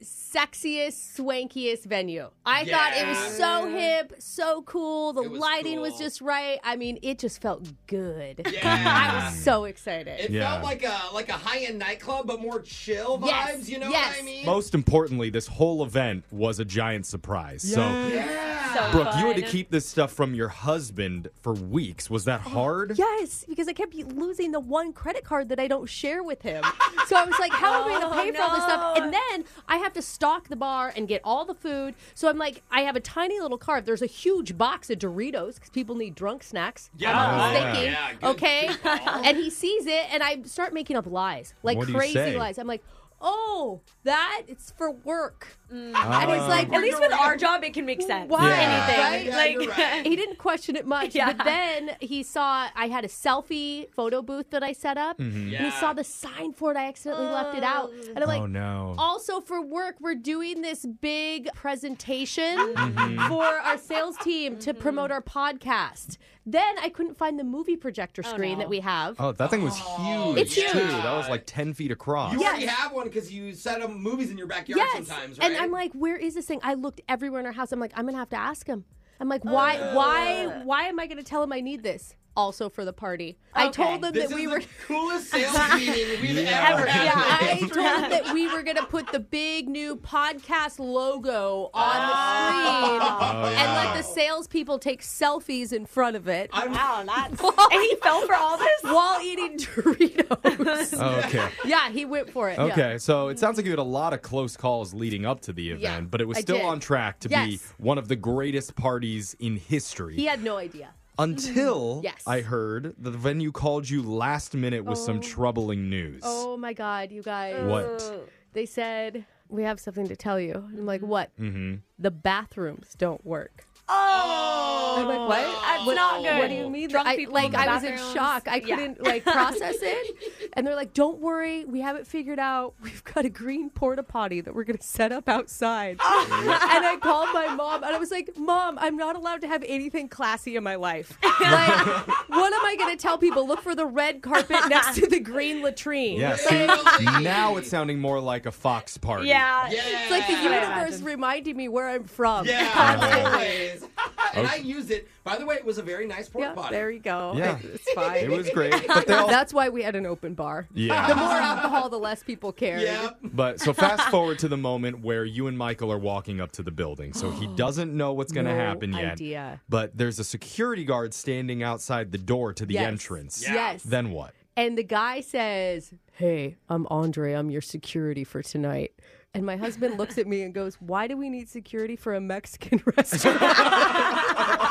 Speaker 2: sexiest, swankiest venue. I thought it was so hip, so cool. The
Speaker 1: It was
Speaker 2: lighting was
Speaker 1: cool.
Speaker 2: just right. I mean, it just felt good. I
Speaker 1: Yeah.
Speaker 2: was so excited.
Speaker 1: It
Speaker 3: Yeah.
Speaker 1: felt like a like a high end nightclub, but more chill vibes.
Speaker 2: Yes,
Speaker 1: You know
Speaker 2: yes.
Speaker 1: what I mean?
Speaker 3: Most importantly, this whole event was a giant surprise. So,
Speaker 1: yeah.
Speaker 4: So
Speaker 3: Brooke, you had to
Speaker 4: fun.
Speaker 3: keep this stuff from your husband for weeks. Was that hard?
Speaker 2: Oh, Yes, because I kept losing the one credit card that I don't share with him. So I was like, how am I going to pay for all this stuff? And then I have to stock the bar and get all the food. So I'm like, I have a tiny little cart. There's a huge box of Doritos because people need drunk snacks.
Speaker 1: Yeah.
Speaker 2: I'm always
Speaker 3: Oh, yeah.
Speaker 2: thinking,
Speaker 1: Yeah, good-
Speaker 2: okay?
Speaker 1: good call.
Speaker 2: and he sees it, and I start making up lies, like
Speaker 3: What do you say?
Speaker 2: crazy lies. I'm like, oh, that it's for work.
Speaker 3: Ah.
Speaker 2: And he's like,
Speaker 4: Mm. At least with our job, it can make sense.
Speaker 2: Why?
Speaker 3: Yeah.
Speaker 4: Anything.
Speaker 1: Yeah, yeah,
Speaker 4: like,
Speaker 1: you're right.
Speaker 2: he didn't question it much,
Speaker 4: Yeah.
Speaker 2: but then he saw I had a selfie photo booth that I set up,
Speaker 3: Mm-hmm.
Speaker 2: and he
Speaker 1: Yeah.
Speaker 2: saw the sign for it. I accidentally left it out, and I'm like,
Speaker 3: oh, no.
Speaker 2: also for work, we're doing this big presentation
Speaker 1: Mm-hmm.
Speaker 2: for our sales team
Speaker 4: Mm-hmm.
Speaker 2: to promote our podcast. Then I couldn't find the movie projector screen
Speaker 4: no.
Speaker 2: that we have.
Speaker 3: Oh, that thing was huge,
Speaker 2: It's huge.
Speaker 3: too. That was like 10 feet across.
Speaker 1: You already
Speaker 2: Yes.
Speaker 1: have one because you set up movies in your backyard
Speaker 2: yes,
Speaker 1: sometimes, right?
Speaker 2: and I'm like, where is this thing? I looked everywhere in our house. I'm like, I'm gonna have to ask him. I'm like,
Speaker 4: Oh,
Speaker 2: why, why, why am I gonna tell him I need this? Also for the party, I
Speaker 4: Okay.
Speaker 2: told them
Speaker 1: this
Speaker 2: that
Speaker 1: is
Speaker 2: we
Speaker 1: the
Speaker 2: were.
Speaker 1: coolest sales meeting we've ever
Speaker 4: Ever.
Speaker 1: had.
Speaker 2: Yeah,
Speaker 1: in
Speaker 2: I
Speaker 1: history.
Speaker 2: told them that we were going to put the big new podcast logo on
Speaker 1: Ah.
Speaker 2: the screen
Speaker 3: Oh,
Speaker 2: and
Speaker 3: yeah.
Speaker 2: let the salespeople take selfies in front of it
Speaker 1: I'm-
Speaker 4: wow, that's. and he fell for all this?
Speaker 2: while eating Doritos.
Speaker 3: okay.
Speaker 2: yeah, he went for it.
Speaker 3: Okay, so it sounds like you had a lot of close calls leading up to the event,
Speaker 2: Yeah,
Speaker 3: but it was
Speaker 2: I
Speaker 3: still
Speaker 2: did.
Speaker 3: on track to be
Speaker 2: Yes.
Speaker 3: one of the greatest parties in history.
Speaker 2: He had no idea.
Speaker 3: Until
Speaker 2: Mm-hmm. Yes.
Speaker 3: I heard that the venue called you last minute with some troubling news.
Speaker 2: Oh my God, you guys.
Speaker 3: What?
Speaker 2: They said, We have something to tell you. And I'm like, What? Mm-hmm. The bathrooms don't work.
Speaker 4: Oh.
Speaker 2: I'm like, What?
Speaker 4: That's not good.
Speaker 2: What do you mean?
Speaker 4: Drunk
Speaker 2: I-
Speaker 4: people in
Speaker 2: like
Speaker 4: the
Speaker 2: I was in
Speaker 4: bathrooms.
Speaker 2: shock. I
Speaker 4: Yeah.
Speaker 2: couldn't like process it. And they're like, "Don't worry, we haven't figured out. We've got a green porta potty that we're gonna set up outside." and I called my mom, and I was like, "Mom, I'm not allowed to have anything classy in my life. like, what am I gonna tell people? Look for the red carpet next to the green latrine.
Speaker 3: Yeah, see, now it's sounding more like a Fox party.
Speaker 4: Yeah.
Speaker 1: Yeah.
Speaker 2: It's like the
Speaker 4: I
Speaker 2: universe
Speaker 4: imagine.
Speaker 2: reminding me where I'm from."
Speaker 1: Yeah, always. and I used it. By the way, it was a very nice porta
Speaker 2: Yeah,
Speaker 1: potty.
Speaker 2: there you go.
Speaker 3: Yeah.
Speaker 2: It's fine.
Speaker 3: It was great, but they all
Speaker 2: That's why we had an open bar.
Speaker 3: Yeah.
Speaker 2: The more alcohol, the less people care.
Speaker 1: Yep.
Speaker 3: But so fast forward to the moment where you and Michael are walking up to the building. So he doesn't know what's going to
Speaker 2: No
Speaker 3: happen yet.
Speaker 2: idea.
Speaker 3: But there's a security guard standing outside the door to the
Speaker 2: Yes.
Speaker 3: entrance.
Speaker 2: Yes.
Speaker 3: Then what?
Speaker 2: And the guy says, Hey, I'm Andre. I'm your security for tonight. And my husband looks at me and goes, Why do we need security for a Mexican restaurant?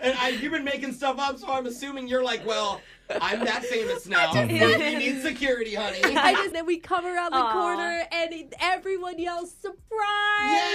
Speaker 1: And I, you've been making stuff up, so I'm assuming you're like, well, I'm that famous now. you need security, honey.
Speaker 2: I just, then we come around the
Speaker 4: Aw.
Speaker 2: corner and it- everyone yells, Surprise!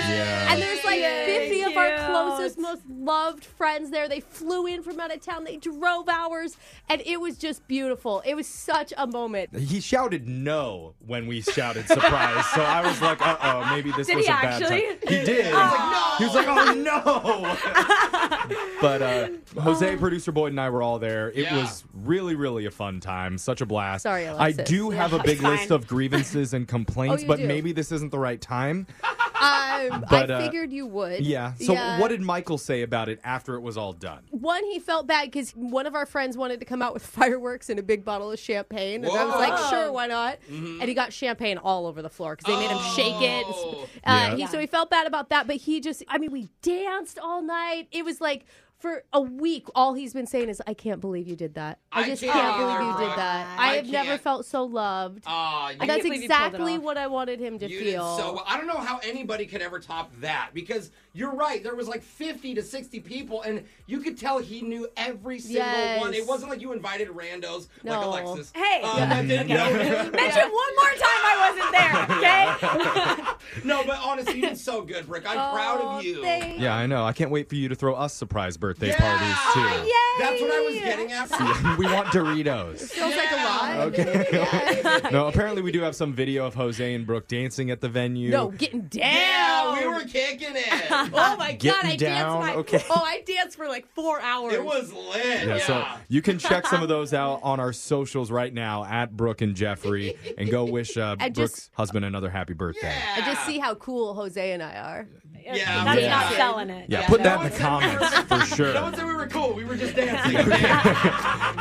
Speaker 1: Yeah.
Speaker 2: And there's like
Speaker 4: Yay,
Speaker 2: 50 of our
Speaker 4: cute.
Speaker 2: closest, most loved friends there. They flew in from out of town, they drove hours, and it was just beautiful. It was such a moment.
Speaker 3: He shouted no when we shouted surprise. so I was like, uh oh, maybe this
Speaker 4: Did
Speaker 3: was
Speaker 4: he
Speaker 3: a bad
Speaker 4: actually?
Speaker 3: time. He did.
Speaker 2: Oh.
Speaker 3: He was like,
Speaker 4: Um,
Speaker 3: oh no. but uh,
Speaker 2: Um,
Speaker 3: Jose, producer Boyd, and I were all there. It
Speaker 1: Yeah.
Speaker 3: was really, really a fun time. Such a blast.
Speaker 2: Sorry,
Speaker 3: I
Speaker 2: Alexis.
Speaker 3: do have a big list of grievances and complaints,
Speaker 2: Oh, you
Speaker 3: but
Speaker 2: do.
Speaker 3: maybe this isn't the right time.
Speaker 2: Um,
Speaker 3: But, uh,
Speaker 2: I figured you would.
Speaker 3: Yeah. So what did Michael say about it after it was all done?
Speaker 2: One, he felt bad because one of our friends wanted to come out with fireworks and a big bottle of champagne. And I was
Speaker 1: Whoa.
Speaker 2: like, sure, why not? And he got champagne all over the floor because they made him shake it. and sp-
Speaker 1: Oh.
Speaker 3: Yeah.
Speaker 2: Uh, he, so he felt bad about that. But he just, I mean, we danced all night. It was like
Speaker 4: for a week, all he's been saying is, "I can't believe you did that. I
Speaker 1: I
Speaker 4: just
Speaker 1: can't
Speaker 4: can't,
Speaker 1: either,
Speaker 4: believe you
Speaker 1: Brooke.
Speaker 4: did that.
Speaker 1: I
Speaker 4: I, have never
Speaker 1: can't.
Speaker 4: felt so loved."
Speaker 1: Aw, you,
Speaker 4: That's
Speaker 5: can't believe you pulled it
Speaker 4: exactly
Speaker 5: off.
Speaker 4: what I wanted him to
Speaker 1: you did
Speaker 4: feel.
Speaker 1: so well. I don't know how anybody could ever top that because you're right. There was like 50 to 60 people, and you could tell he knew every single
Speaker 4: Yes.
Speaker 1: one. It wasn't like you invited randos like
Speaker 4: No.
Speaker 1: Alexis.
Speaker 5: Hey.
Speaker 1: Uh, that didn't know him.
Speaker 5: Mention one more time I wasn't there, okay?
Speaker 1: No, but honestly, you did so good, Rick. I'm
Speaker 4: Oh.
Speaker 1: proud of you.
Speaker 4: Thank-
Speaker 3: Yeah, I know. I can't wait for you to throw us surprise birthday
Speaker 1: Yeah.
Speaker 3: parties
Speaker 2: Oh,
Speaker 3: too.
Speaker 1: That's what I was getting at.
Speaker 3: we want Doritos.
Speaker 4: Feels like a lot.
Speaker 3: Okay. no, apparently we do have some video of Jose and Brooke dancing at the venue.
Speaker 2: No, getting down.
Speaker 1: Yeah, we were kicking it.
Speaker 2: Oh my god,
Speaker 3: Getting
Speaker 2: I
Speaker 3: down,
Speaker 2: danced my
Speaker 3: okay.
Speaker 2: Oh, I danced for like four hours.
Speaker 1: It was lit. Yeah.
Speaker 3: Yeah, so you can check some of those out on our socials right now at Brooke and Jeffrey and go wish uh,
Speaker 4: I
Speaker 3: Brooke's
Speaker 4: just-
Speaker 3: husband another happy birthday. Yeah,
Speaker 4: I just see how cool Jose and I are.
Speaker 1: Yeah,
Speaker 5: That's
Speaker 1: yeah.
Speaker 5: not selling it.
Speaker 3: put
Speaker 1: no
Speaker 3: that
Speaker 1: one
Speaker 3: in the
Speaker 1: said we were-
Speaker 3: comments for sure.
Speaker 1: No one said we were cool. We were just dancing.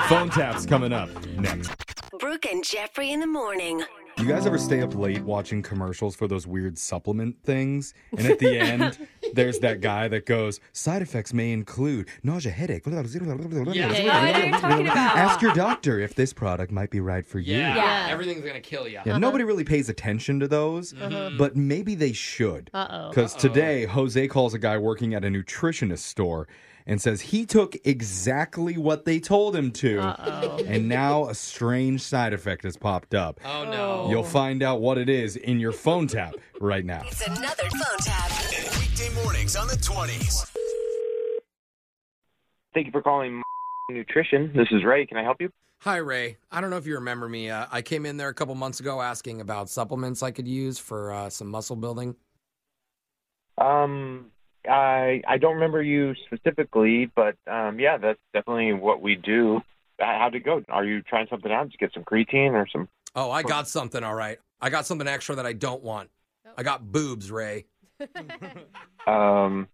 Speaker 3: Phone taps coming up next.
Speaker 7: Brooke and Jeffrey in the morning.
Speaker 3: Do you guys ever stay up late watching commercials for those weird supplement things? And at the end, there's that guy that goes, side effects may include nausea, headache.
Speaker 1: yeah,
Speaker 5: I know what you're talking about.
Speaker 3: Ask your doctor if this product might be right for you.
Speaker 1: Yeah.
Speaker 5: Yeah.
Speaker 1: Everything's going to kill you.
Speaker 4: Uh-huh.
Speaker 3: Yeah, Nobody really pays attention to those, but maybe they should. Because today, Jose calls a guy working at a nutritionist store and says he took exactly what they told him to, and now a strange side effect has popped up.
Speaker 1: Oh, no.
Speaker 3: You'll find out what it is in your phone tap right now.
Speaker 7: It's another phone tap.
Speaker 9: Weekday mornings on the 20s.
Speaker 10: Thank you for calling Nutrition. This is Ray. Can I help you?
Speaker 1: Hi, Ray. I don't know if you remember me. Uh, I came in there a couple months ago asking about supplements I could use for uh, some muscle building.
Speaker 10: Um, I I don't remember you specifically, but um, yeah, that's definitely what we do. Uh, How'd it go? Are you trying something out? Did you get some creatine or some?
Speaker 1: Oh, I got something, all right. I got something extra that I don't want.
Speaker 4: Oh.
Speaker 1: I got boobs, Ray.
Speaker 10: Um,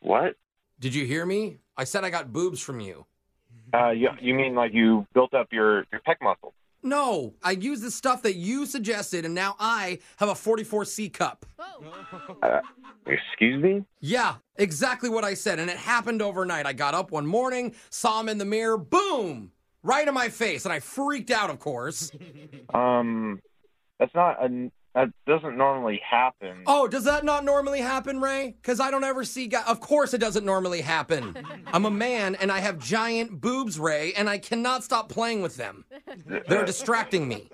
Speaker 10: what?
Speaker 1: Did you hear me? I said I got boobs from you.
Speaker 10: Uh, you, you mean like you built up your your pec muscle?
Speaker 1: No, I used the stuff that you suggested, and now I have a 44C cup. Uh,
Speaker 10: Excuse me?
Speaker 1: Yeah, exactly what I said. And it happened overnight. I got up one morning, saw him in the mirror, boom, right in my face. And I freaked out, of course.
Speaker 10: Um, that's not a that doesn't normally happen.
Speaker 1: Oh, does that not normally happen, Ray? Because I don't ever see guys. Of course, it doesn't normally happen. I'm a man and I have giant boobs, Ray, and I cannot stop playing with them. They're distracting me.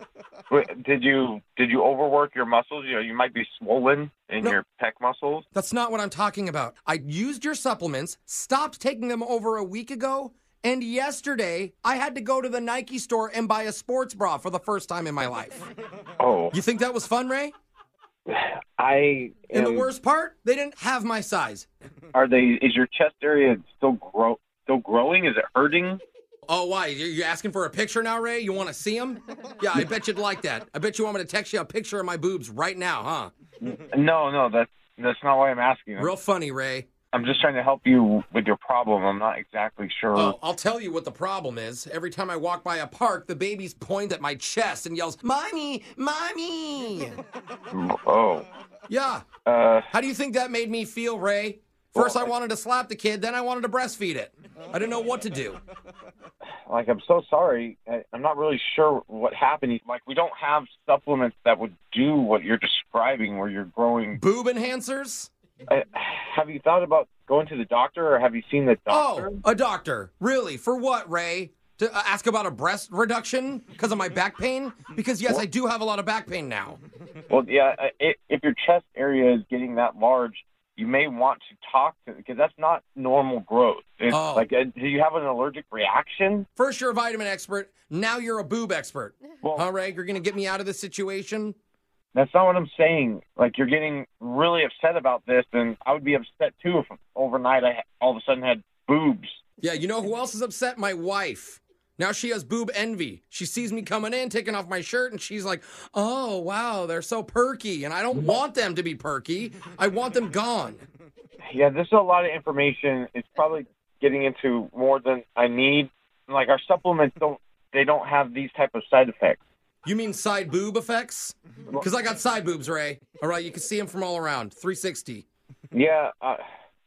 Speaker 10: Wait, did you did you overwork your muscles? You know, you might be swollen in
Speaker 1: No.
Speaker 10: your pec muscles.
Speaker 1: That's not what I'm talking about. I used your supplements, stopped taking them over a week ago, and yesterday I had to go to the Nike store and buy a sports bra for the first time in my life.
Speaker 10: Oh,
Speaker 1: You think that was fun, Ray?
Speaker 10: I
Speaker 1: And the
Speaker 10: am-
Speaker 1: worst part, they didn't have my size.
Speaker 10: Are they? Is your chest area still grow still growing? Is it hurting?
Speaker 1: Oh, why? You- You asking for a picture now, Ray? You want to see them? Yeah, I bet you'd like that. I bet you want me to text you a picture of my boobs right now, huh?
Speaker 10: No, no, that's that's not why I'm asking.
Speaker 1: Real funny, Ray.
Speaker 10: I'm just trying to help you with your problem. I'm not exactly sure.
Speaker 1: Oh, I'll tell you what the problem is. Every time I walk by a park, the babies point at my chest and yells, "Mommy, mommy!"
Speaker 10: Oh,
Speaker 1: Yeah.
Speaker 10: uh,
Speaker 1: How do you think that made me feel, Ray? First, I wanted to slap the kid, then I wanted to breastfeed it. I didn't know what to do.
Speaker 10: like I'm so sorry. I, I'm not really sure what happened. Like we don't have supplements that would do what you're describing, where you're growing.
Speaker 1: Boob enhancers?
Speaker 10: I, have you thought about going to the doctor, or have you seen the doctor?
Speaker 1: Oh, a doctor. Really? For what, Ray? To uh, ask about a breast reduction because of my back pain? Because, yes, I do have a lot of back pain now.
Speaker 10: Well, yeah. I- i if your chest area is getting that large, you may want to talk to because that's not normal growth. It's
Speaker 1: Oh.
Speaker 10: Like, uh, do you have an allergic reaction?
Speaker 1: First, you're a vitamin expert. Now you're a boob expert.
Speaker 10: Well-
Speaker 1: huh, Ray? You're going to get me out of this situation?
Speaker 10: That's not what I'm saying. Like, you're getting really upset about this, and I would be upset too if overnight I ha- all of a sudden had boobs.
Speaker 1: Yeah, you know who else is upset? My wife. Now she has boob envy. She sees me coming in, taking off my shirt, and she's like, oh, wow, they're so perky. And I don't want them to be perky. I want them gone.
Speaker 10: Yeah, this is a lot of information. It's probably getting into more than I need. Like, our supplements don't they don't have these type of side effects.
Speaker 1: You mean side boob effects? Because I got side boobs, Ray. All right, you can see them from all around 360.
Speaker 10: Yeah, uh,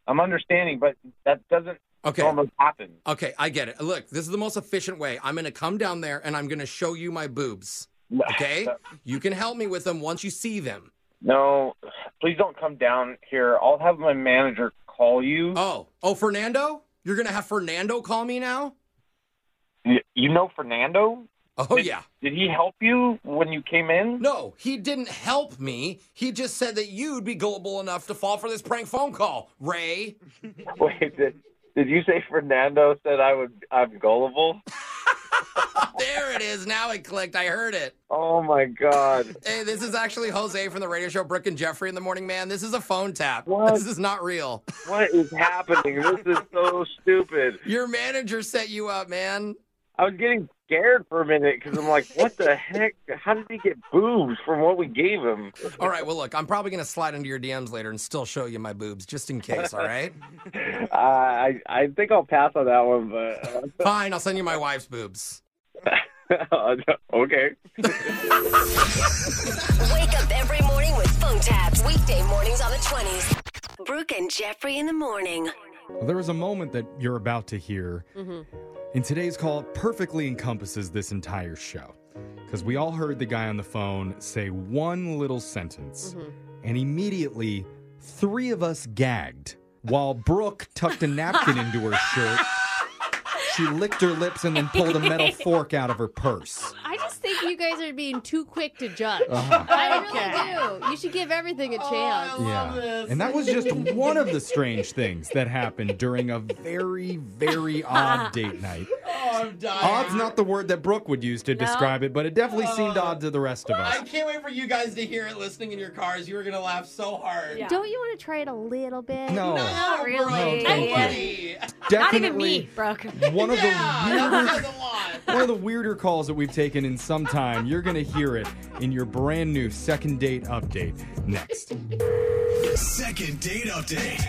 Speaker 10: I'm understanding, but that doesn't
Speaker 1: Okay.
Speaker 10: It almost happened.
Speaker 1: Okay, I get it. Look, this is the most efficient way. I'm going to come down there and I'm going to show you my boobs. Okay? you can help me with them once you see them.
Speaker 10: No, please don't come down here. I'll have my manager call you.
Speaker 1: Oh, oh, Fernando? You're going to have Fernando call me now?
Speaker 10: Y- You know Fernando?
Speaker 1: Oh,
Speaker 10: Did-
Speaker 1: yeah.
Speaker 10: Did he help you when you came in?
Speaker 1: No, he didn't help me. He just said that you'd be gullible enough to fall for this prank phone call, Ray.
Speaker 10: Wait, did, did you say Fernando said I would? I'm gullible.
Speaker 1: There it is. Now it clicked. I heard it.
Speaker 10: Oh my god.
Speaker 1: Hey, this is actually Jose from the radio show Brooke and Jeffrey in the Morning Man. This is a phone tap.
Speaker 10: What?
Speaker 1: This is not real.
Speaker 10: What is happening? This is so stupid.
Speaker 1: Your manager set you up, man.
Speaker 10: I was getting scared for a minute because I'm like, what the heck? How did he get boobs from what we gave him?
Speaker 1: All right, well, look, I'm probably going to slide into your DMs later and still show you my boobs just in case, all right?
Speaker 10: Uh, I I think I'll pass on that one, but
Speaker 1: Fine, I'll send you my wife's boobs.
Speaker 10: uh, okay.
Speaker 7: Wake up every morning with phone taps. Weekday mornings on the 20s. Brooke and Jeffrey in the morning.
Speaker 3: Well, there was a moment that you're about to hear, and today's call perfectly encompasses this entire show. Because we all heard the guy on the phone say one little sentence, and immediately three of us gagged while Brooke tucked a napkin into her shirt. She licked her lips and then pulled a metal fork out of her purse.
Speaker 2: I just think you guys are being too quick to judge.
Speaker 3: Uh-huh.
Speaker 2: I really do. You should give everything a
Speaker 1: Oh,
Speaker 2: chance.
Speaker 3: Yeah. And that was just one of the strange things that happened during a very, very odd date night.
Speaker 1: Oh, I'm dying.
Speaker 3: Odd's not the word that Brooke would use to describe it, but it definitely seemed odd to the rest of
Speaker 1: I
Speaker 3: us.
Speaker 1: can't wait for you guys to hear it listening in your cars. You were going to laugh so hard.
Speaker 5: Don't
Speaker 4: you want to try it a little bit?
Speaker 3: No.
Speaker 5: Not
Speaker 1: bro, nobody.
Speaker 5: really. Not even me,
Speaker 3: Definitely
Speaker 5: Brooke.
Speaker 3: one of the
Speaker 1: Yeah, that
Speaker 3: weirder
Speaker 1: was a lot.
Speaker 3: one of the weirder calls that we've taken in some time. You're gonna hear it in your brand new second date update next.
Speaker 9: Second date update.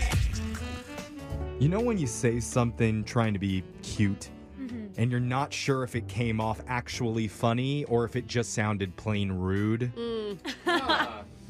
Speaker 3: You know when you say something trying to be cute
Speaker 1: Mm-hmm.
Speaker 3: and you're not sure if it came off actually funny or if it just sounded plain rude?
Speaker 1: Mm.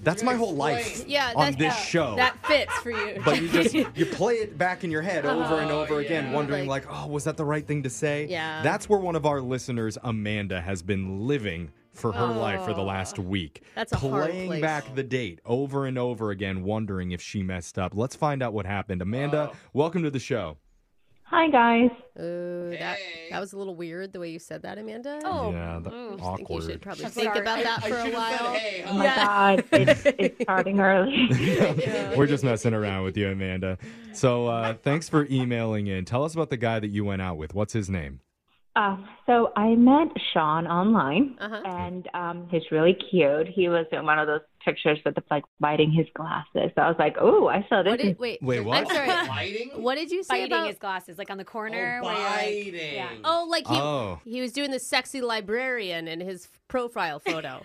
Speaker 3: That's my whole life
Speaker 2: Yeah,
Speaker 3: on
Speaker 2: that's-
Speaker 3: this
Speaker 2: yeah.
Speaker 3: show.
Speaker 2: That fits for you.
Speaker 3: but you just you play it back in your head over and over again, wondering like, oh, was that the right thing to say?
Speaker 2: Uh-huh. Yeah.
Speaker 3: That's where one of our listeners, Amanda, has been living for her life for the last week.
Speaker 2: Oh. That's a hard
Speaker 3: playing
Speaker 2: place.
Speaker 3: back the date over and over again, wondering if she messed up. Let's find out what happened. Amanda,
Speaker 2: Oh.
Speaker 3: welcome to the show.
Speaker 11: Hi guys.
Speaker 2: Ooh, that, that was a little weird the way you said that, Amanda.
Speaker 5: Oh,
Speaker 3: yeah, the,
Speaker 2: I think you should
Speaker 3: awkward.
Speaker 2: probably
Speaker 5: I'm
Speaker 2: think
Speaker 5: sorry.
Speaker 2: about that for a while.
Speaker 11: Oh my god, it's, it's starting early.
Speaker 3: We're just messing around with you, Amanda. So uh, thanks for emailing in. Tell us about the guy that you went out with. What's his name?
Speaker 11: Uh, so I met Sean online,
Speaker 2: Uh-huh.
Speaker 11: and um, he's really cute. He was in one of those pictures with the, like biting his glasses. So I was like, oh, I saw
Speaker 2: What
Speaker 11: this.
Speaker 2: did, wait,
Speaker 3: Wait,
Speaker 2: I'm
Speaker 3: what?
Speaker 2: sorry.
Speaker 1: Biting?
Speaker 2: What did you say
Speaker 5: biting
Speaker 2: about?
Speaker 5: his glasses, like on the corner.
Speaker 1: Oh,
Speaker 5: where you're like-
Speaker 1: biting.
Speaker 5: yeah.
Speaker 2: Oh, like he
Speaker 3: Oh.
Speaker 2: he was doing the sexy librarian in his profile photo.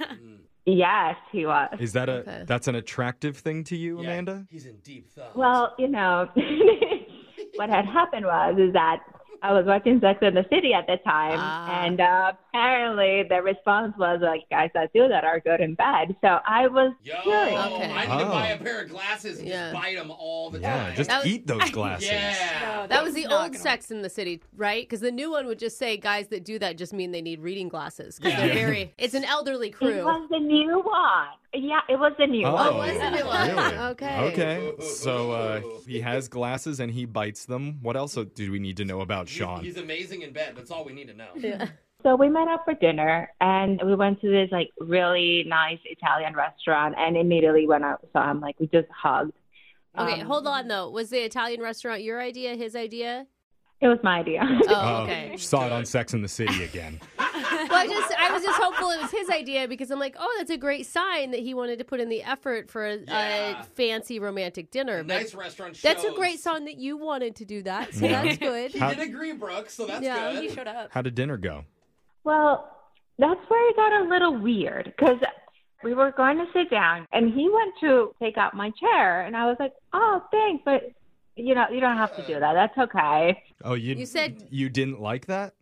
Speaker 11: yes, he was.
Speaker 3: Is that a
Speaker 2: Okay.
Speaker 3: that's an attractive thing to you,
Speaker 1: Yeah,
Speaker 3: Amanda?
Speaker 1: He's in deep thought.
Speaker 11: Well, you know, what had happened was is that I was watching Sex in the City at the time,
Speaker 2: Ah.
Speaker 11: and uh, apparently the response was like, "Guys that do that are good and bad." So I was
Speaker 1: Yo,
Speaker 11: curious.
Speaker 2: Okay.
Speaker 1: I need to
Speaker 3: Oh.
Speaker 1: buy a pair of glasses and
Speaker 2: Yeah.
Speaker 1: just bite them all the
Speaker 3: Yeah,
Speaker 1: time.
Speaker 3: just
Speaker 2: That was-
Speaker 3: eat those glasses.
Speaker 1: yeah.
Speaker 5: No,
Speaker 2: That was the
Speaker 5: not
Speaker 2: old
Speaker 5: gonna
Speaker 2: Sex in the City, right? Because the new one would just say guys that do that just mean they need reading glasses because
Speaker 1: Yeah.
Speaker 2: they're very. It's an elderly
Speaker 11: It
Speaker 2: crew.
Speaker 11: was the new one. Yeah, it was the new one.
Speaker 2: Oh, was it?
Speaker 3: Really?
Speaker 2: Okay.
Speaker 3: Okay. So uh, he has glasses and he bites them. What else do we need to know about
Speaker 1: He's-
Speaker 3: Sean?
Speaker 1: He's, amazing in bed. That's all we need to know.
Speaker 11: So we met up for dinner, and we went to this like really nice Italian restaurant. And immediately when I saw him, like we just hugged.
Speaker 2: Okay,
Speaker 11: Um,
Speaker 2: hold on though. Was the Italian restaurant your idea, his idea?
Speaker 11: It was my idea.
Speaker 2: Oh, okay.
Speaker 3: Uh, Saw it on Sex in the City again.
Speaker 2: well, I just I was just hopeful it was his idea because I'm like, oh, that's a great sign that he wanted to put in the effort for a,
Speaker 1: Yeah.
Speaker 2: a fancy romantic dinner. But
Speaker 1: nice restaurant shows.
Speaker 2: that's a great sign that you wanted to do that, so
Speaker 3: Yeah.
Speaker 2: that's good.
Speaker 1: He
Speaker 3: How-
Speaker 1: did agree, Brooks, so that's
Speaker 2: Yeah,
Speaker 1: good.
Speaker 5: He showed up.
Speaker 3: How did dinner go?
Speaker 11: Well, that's where it got a little weird because we were going to sit down, and he went to take out my chair, and I was like, "Oh, thanks, but you know, you don't have to do that. That's okay."
Speaker 3: Oh, you
Speaker 2: You said-
Speaker 3: you didn't like that?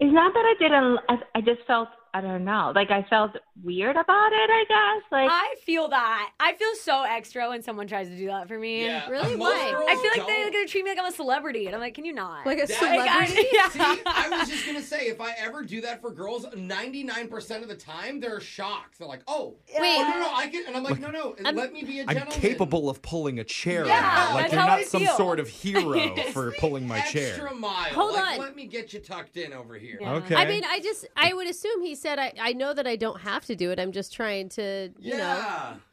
Speaker 11: It's not that I didn't. I, I just felt I don't know. Like I felt weird about it. I guess. Like
Speaker 5: I feel that. I feel so extra when someone tries to do that for me.
Speaker 1: Yeah.
Speaker 5: Really?
Speaker 1: Most
Speaker 5: Why?
Speaker 1: girls
Speaker 5: I feel like they're
Speaker 1: don't.
Speaker 5: gonna treat me like I'm a celebrity, and I'm like, can you not?
Speaker 4: Like a
Speaker 5: That-
Speaker 4: celebrity?
Speaker 5: I- yeah.
Speaker 1: See, I was just gonna say, if I ever do that for girls, ninety nine percent of the time they're shocked. They're like, "Oh,
Speaker 2: Wait.
Speaker 1: oh, no, no, I can," and I'm like, "No, no,
Speaker 2: I'm-
Speaker 1: let me be a
Speaker 3: I'm
Speaker 1: gentleman."
Speaker 3: capable of pulling a chair.
Speaker 1: Yeah,
Speaker 3: out. Like
Speaker 1: that's
Speaker 3: you're
Speaker 1: how
Speaker 3: not
Speaker 1: I
Speaker 3: some
Speaker 1: feel.
Speaker 3: sort of hero for pulling my chair.
Speaker 1: Extra mile.
Speaker 2: Hold
Speaker 1: like,
Speaker 2: on.
Speaker 1: Let me get you tucked in over here.
Speaker 3: Yeah. Okay.
Speaker 2: I mean, I just, I would assume he said, I, I know that I don't have to do it. I'm just trying to, you
Speaker 1: Yeah.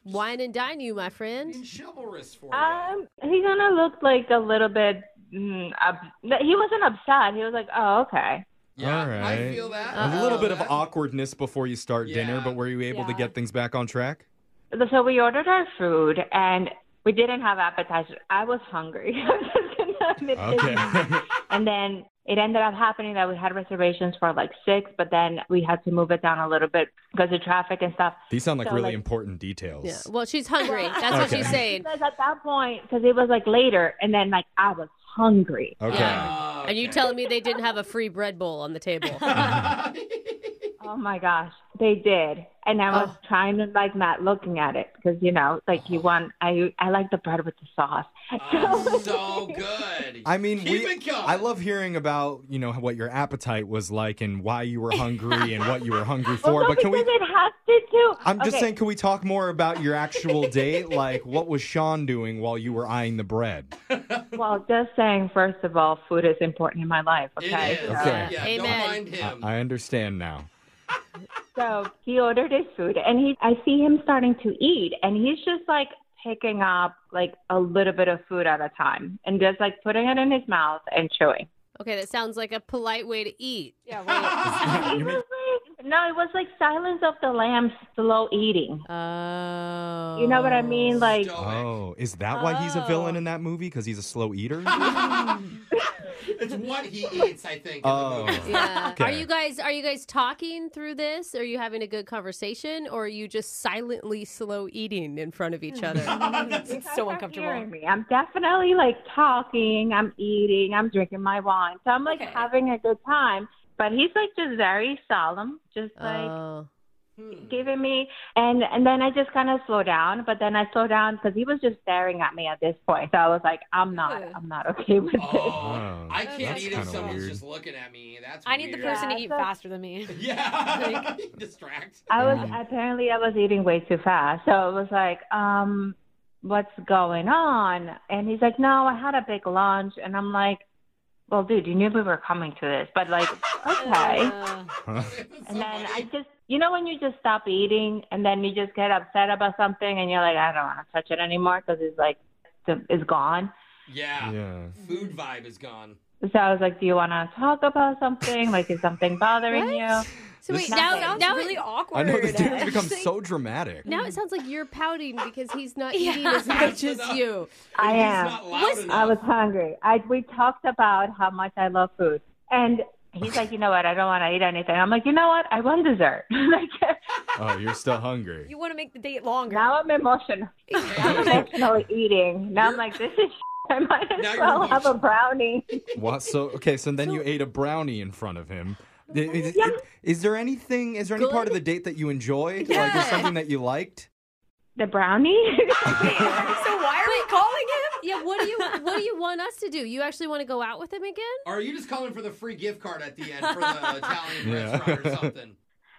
Speaker 2: know, wine and dine you, my friend.
Speaker 1: Chivalrous for you.
Speaker 11: Um, he kind of looked like a little bit. Mm, ob- he wasn't upset. He was like, "Oh, okay."
Speaker 3: All right.
Speaker 1: I feel that.
Speaker 3: A little bit of awkwardness before you start dinner, but were you able to
Speaker 11: Yeah.
Speaker 3: get things back on track?
Speaker 11: So we ordered our food, and we didn't have appetizers. I was hungry. I'm just gonna admit this. And then it ended up happening that we had reservations for like six, but then we had to move it down a little bit because of traffic and stuff.
Speaker 3: These sound like
Speaker 11: So,
Speaker 3: really
Speaker 11: like-
Speaker 3: important details.
Speaker 2: Yeah. Well, she's hungry. That's what
Speaker 3: Okay.
Speaker 2: she's saying.
Speaker 11: Because at that point, because it was like later, and then like I was hungry.
Speaker 3: Okay.
Speaker 2: And you telling me they didn't have a free bread bowl on the table?
Speaker 11: Oh my gosh, they did, and I was trying to like not looking at it because you know, like you want. I I like the bread with the sauce.
Speaker 1: Oh, so good.
Speaker 3: I mean,
Speaker 1: Keep
Speaker 3: we,
Speaker 1: it going.
Speaker 3: I love hearing about you know what your appetite was like and why you were hungry and what you were hungry for.
Speaker 11: well,
Speaker 3: but can we?
Speaker 11: because it has to too.
Speaker 3: I'm just
Speaker 11: Okay.
Speaker 3: saying, can we talk more about your actual date? Like, what was Sean doing while you were eyeing the bread?
Speaker 11: Well, just saying. First of all, food is important in my life. Okay.
Speaker 1: It is.
Speaker 11: So-
Speaker 3: Okay.
Speaker 1: Yeah,
Speaker 2: Amen.
Speaker 1: don't mind him.
Speaker 3: I understand now.
Speaker 11: So he ordered his food, and he I see him starting to eat, and he's just like picking up like a little bit of food at a time, and just like putting it in his mouth and chewing.
Speaker 2: Okay, that sounds like a polite way to eat.
Speaker 5: Yeah. Well,
Speaker 11: It was like- no, it was like Silence of the Lambs, slow eating.
Speaker 2: Oh.
Speaker 11: You know what I mean? Like,
Speaker 3: Oh, is that why he's a villain in that movie? Because he's a slow eater?
Speaker 1: It's what he eats, I think. in the
Speaker 3: Oh.
Speaker 1: movie.
Speaker 2: Yeah.
Speaker 3: Okay.
Speaker 2: Are you guys are you guys talking through this? Are you having a good conversation or are you just silently slow eating in front of each other?
Speaker 5: it's so uncomfortable.
Speaker 11: hearing me. I'm definitely like talking, I'm eating, I'm drinking my wine. So I'm like
Speaker 5: Okay.
Speaker 11: having a good time. But he's like just very solemn, just like
Speaker 2: Oh.
Speaker 5: Hmm.
Speaker 11: giving me and and then I just kind of slow down, but then I slow down because he was just staring at me at this point. So I was like, I'm not,
Speaker 5: Ew.
Speaker 11: I'm not okay with this.
Speaker 1: Oh, I can't
Speaker 5: That's
Speaker 1: eat if
Speaker 3: kinda
Speaker 1: someone's
Speaker 3: weird.
Speaker 1: just looking at me. That's
Speaker 5: I need the
Speaker 1: weird.
Speaker 5: person to
Speaker 11: Yeah,
Speaker 5: eat
Speaker 11: so-
Speaker 5: faster than me.
Speaker 1: Yeah. Distract.
Speaker 11: I was apparently I was eating way too fast, so it was like, um, what's going on? And he's like, No, I had a big lunch, and I'm like, Well, dude, you knew we were coming to this, but like, okay.
Speaker 5: Uh,
Speaker 11: and then I just, you know, when you just stop eating and then you just get upset about something, and you're like, I don't want to touch it anymore because it's like, the- it's gone.
Speaker 1: Yeah.
Speaker 3: yeah.
Speaker 1: Food vibe is gone.
Speaker 11: So I was like, Do you want to talk about something? Like, is something bothering you?
Speaker 2: So
Speaker 3: This-
Speaker 2: wait, now
Speaker 5: sounds
Speaker 2: now
Speaker 5: really
Speaker 2: it,
Speaker 5: awkward.
Speaker 3: I know this dude's become
Speaker 2: Actually-
Speaker 3: so dramatic.
Speaker 2: now it sounds like you're pouting because he's not eating
Speaker 5: Yeah.
Speaker 2: as much as you.
Speaker 11: I
Speaker 1: He's
Speaker 11: am.
Speaker 1: not loud
Speaker 2: Was-
Speaker 11: I
Speaker 1: enough.
Speaker 11: was hungry. I we talked about how much I love food, and he's like, you know what? I don't want to eat anything. I'm like, you know what? I want dessert. like
Speaker 3: Oh, you're still hungry.
Speaker 5: You want to make the date longer.
Speaker 11: now I'm emotional. I'm emotionally eating. Now I'm like, this is. I might
Speaker 1: Now
Speaker 11: as
Speaker 1: you're
Speaker 11: well have a brownie.
Speaker 3: What? So okay, so then you ate a brownie in front of him. I- i- i- Is, there anything? Is there any part of the date that you enjoyed? Like, is something that you liked?
Speaker 11: The brownie?
Speaker 5: so why are we calling him?
Speaker 2: Yeah, what do you what do you want us to do? You actually want to go out with him again?
Speaker 1: Are you just calling for the free gift card at the end for the Italian
Speaker 3: Yeah.
Speaker 1: restaurant or something?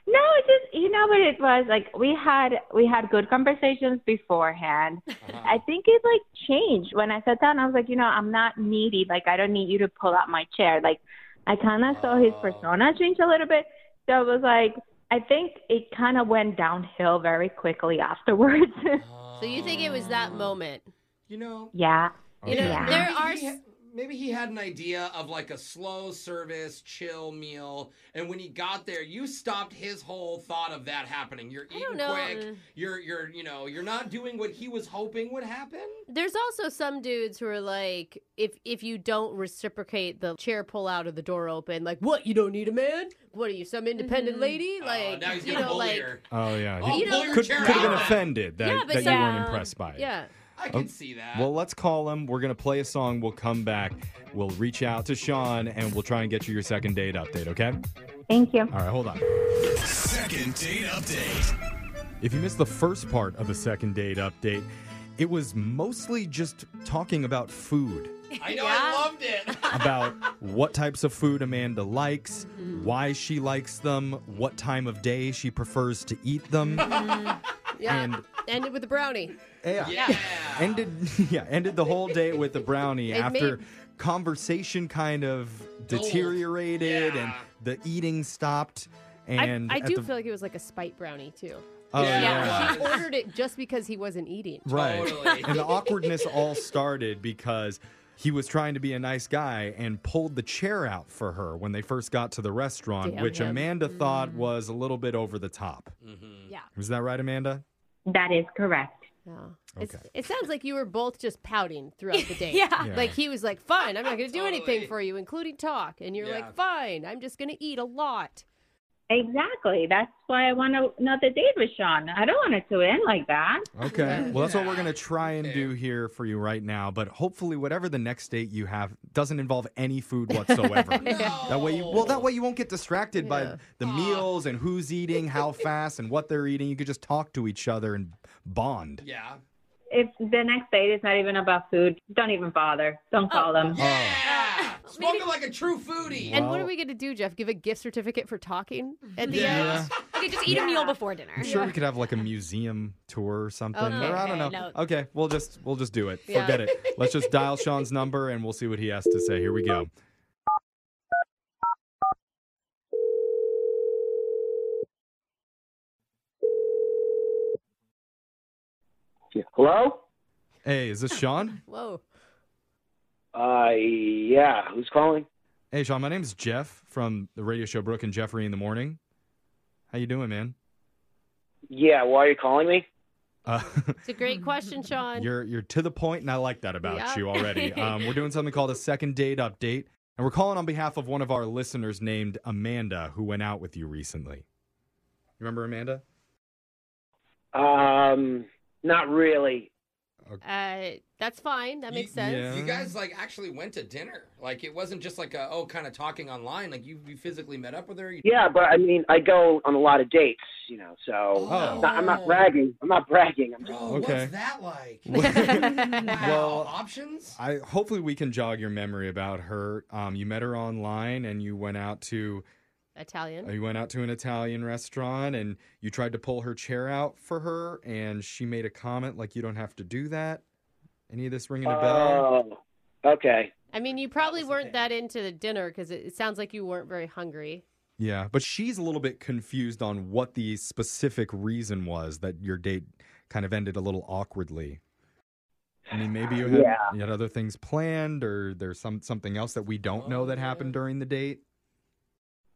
Speaker 11: no, it's just you know what it was like. We had we had good conversations beforehand. I think it like changed when I sat down. I was like, you know, I'm not needy. Like, I don't need you to pull out my chair. Like, I kind of saw his
Speaker 1: Oh.
Speaker 11: persona change a little bit. So it was like, I think it kind of went downhill very quickly afterwards.
Speaker 2: So you think it was that moment?
Speaker 1: Um, You know,
Speaker 11: yeah.
Speaker 2: You know,
Speaker 11: Yeah.
Speaker 2: there
Speaker 1: maybe
Speaker 2: are
Speaker 1: he
Speaker 2: s-
Speaker 1: ha- maybe he had an idea of like a slow service, chill meal, and when he got there, you stopped his whole thought of that happening. You're eating
Speaker 2: know.
Speaker 1: quick. You're you're you know you're not doing what he was hoping would happen.
Speaker 2: There's also some dudes who are like, if if you don't reciprocate the chair pull out or the door open, like what? You don't need a man? What are you, some independent
Speaker 3: Mm-hmm.
Speaker 2: lady?
Speaker 1: Oh,
Speaker 2: Like
Speaker 1: now he's
Speaker 2: you
Speaker 1: gonna
Speaker 2: know,
Speaker 1: bully
Speaker 2: like
Speaker 1: her.
Speaker 3: Oh yeah,
Speaker 1: Oh,
Speaker 3: He
Speaker 2: you know-
Speaker 1: pull your
Speaker 3: could
Speaker 1: chair out.
Speaker 3: could have been
Speaker 1: then.
Speaker 3: offended that,
Speaker 2: Yeah, but
Speaker 3: that you
Speaker 2: some-
Speaker 3: weren't impressed by it. Oh,
Speaker 2: yeah.
Speaker 1: I can see that.
Speaker 3: Well, let's call him. We're gonna play a song. We'll come back. We'll reach out to Sean and we'll try and get you your second date update. Okay?
Speaker 11: Thank you.
Speaker 3: All right, hold on.
Speaker 9: Second date update.
Speaker 3: If you missed the first part of the second date update, it was mostly just talking about food,
Speaker 1: I know, I loved it.
Speaker 3: about what types of food Amanda likes, why she likes them, what time of day she prefers to eat them.
Speaker 2: Yeah.
Speaker 3: Um, And-
Speaker 2: Ended with a brownie.
Speaker 3: Yeah.
Speaker 2: Yeah.
Speaker 3: ended yeah, ended the whole day with the brownie
Speaker 2: It
Speaker 3: after
Speaker 2: made- Oh.
Speaker 3: conversation kind of deteriorated and the eating stopped and
Speaker 2: I, I
Speaker 3: at
Speaker 2: do
Speaker 3: the-
Speaker 2: feel like it was like a spite brownie too.
Speaker 3: Oh,
Speaker 2: yeah,
Speaker 3: yeah.
Speaker 2: she ordered it just because he wasn't eating.
Speaker 3: Right. and the awkwardness all started because he was trying to be a nice guy and pulled the chair out for her when they first got to the restaurant,
Speaker 11: Damn
Speaker 3: which
Speaker 11: him. Mm.
Speaker 3: Amanda thought was a little bit over the top.
Speaker 2: Yeah.
Speaker 3: Is that right, Amanda?
Speaker 11: That is correct.
Speaker 2: It's, it sounds like you were both just pouting throughout the day.
Speaker 3: Yeah. Yeah.
Speaker 2: Like he was like, fine, I'm not going to do anything for you, including talk. And you're
Speaker 11: Yeah.
Speaker 2: like, fine, I'm just going to eat a lot.
Speaker 11: Exactly. That's why I want another date with Sean. I don't want it to end like that.
Speaker 3: Okay. Well, that's what we're going to try and do here for you right now. But hopefully, whatever the next date you have doesn't involve any food whatsoever. That way, you, well, that way you won't get distracted by the meals and who's eating, how fast, and what they're eating. You could just talk to each other and bond.
Speaker 1: Yeah.
Speaker 11: If the next date is not even about food, don't even bother. Don't call them.
Speaker 1: Spoken like a true foodie.
Speaker 2: And what are we going to do, Jeff? Give a gift certificate for talking at the
Speaker 3: Yeah.
Speaker 2: end?
Speaker 5: Okay, just eat a meal before dinner.
Speaker 3: I'm sure we could have like a museum tour or something.
Speaker 2: Okay,
Speaker 3: or I don't know.
Speaker 2: okay, no.
Speaker 3: Okay, we'll just we'll just do it.
Speaker 2: Yeah.
Speaker 3: Forget it. Let's just dial Sean's number and we'll see what he has to say. Here we go.
Speaker 12: Hello?
Speaker 3: Hey, is this Sean?
Speaker 2: Whoa.
Speaker 12: Uh, yeah. Who's calling?
Speaker 3: Hey, Sean. My name's Jeff from the radio show Brooke and Jeffrey in the morning. How you doing, man?
Speaker 12: Yeah, why are you calling me?
Speaker 3: Uh,
Speaker 2: It's a great question, Sean.
Speaker 3: you're you're to the point, and I like that about
Speaker 2: Yeah.
Speaker 3: you already. Um, we're doing something called a second date update, and we're calling on behalf of one of our listeners named Amanda, who went out with you recently. You remember Amanda?
Speaker 12: Um, not really.
Speaker 2: Uh, that's fine. That makes sense.
Speaker 1: You guys like actually went to dinner. Like it wasn't just like a oh kind of talking online. Like you, you physically met up with her. You-
Speaker 12: Yeah, but I mean, I go on a lot of dates, you know, so
Speaker 1: Oh.
Speaker 12: Not- I'm not bragging. I'm not bragging. I'm just,
Speaker 1: Oh,
Speaker 3: Okay.
Speaker 1: What's that like?
Speaker 3: Well,
Speaker 1: options.
Speaker 3: I hopefully we can jog your memory about her. Um, you met her online, and you went out to uh,
Speaker 2: Italian.
Speaker 3: you went out to an Italian restaurant, and you tried to pull her chair out for her, and she made a comment like, "You don't have to do that." Any of this ringing a
Speaker 2: Uh,
Speaker 3: bell?
Speaker 12: oh, okay.
Speaker 2: I mean, you probably weren't that into the dinner because it, it sounds like you weren't very hungry.
Speaker 3: Yeah, but she's a little bit confused on what the specific reason was that your date kind of ended a little awkwardly. I mean, maybe you had,
Speaker 12: Yeah.
Speaker 3: you had other things planned, or there's some something else that we don't know that happened
Speaker 2: Oh.
Speaker 3: during the date.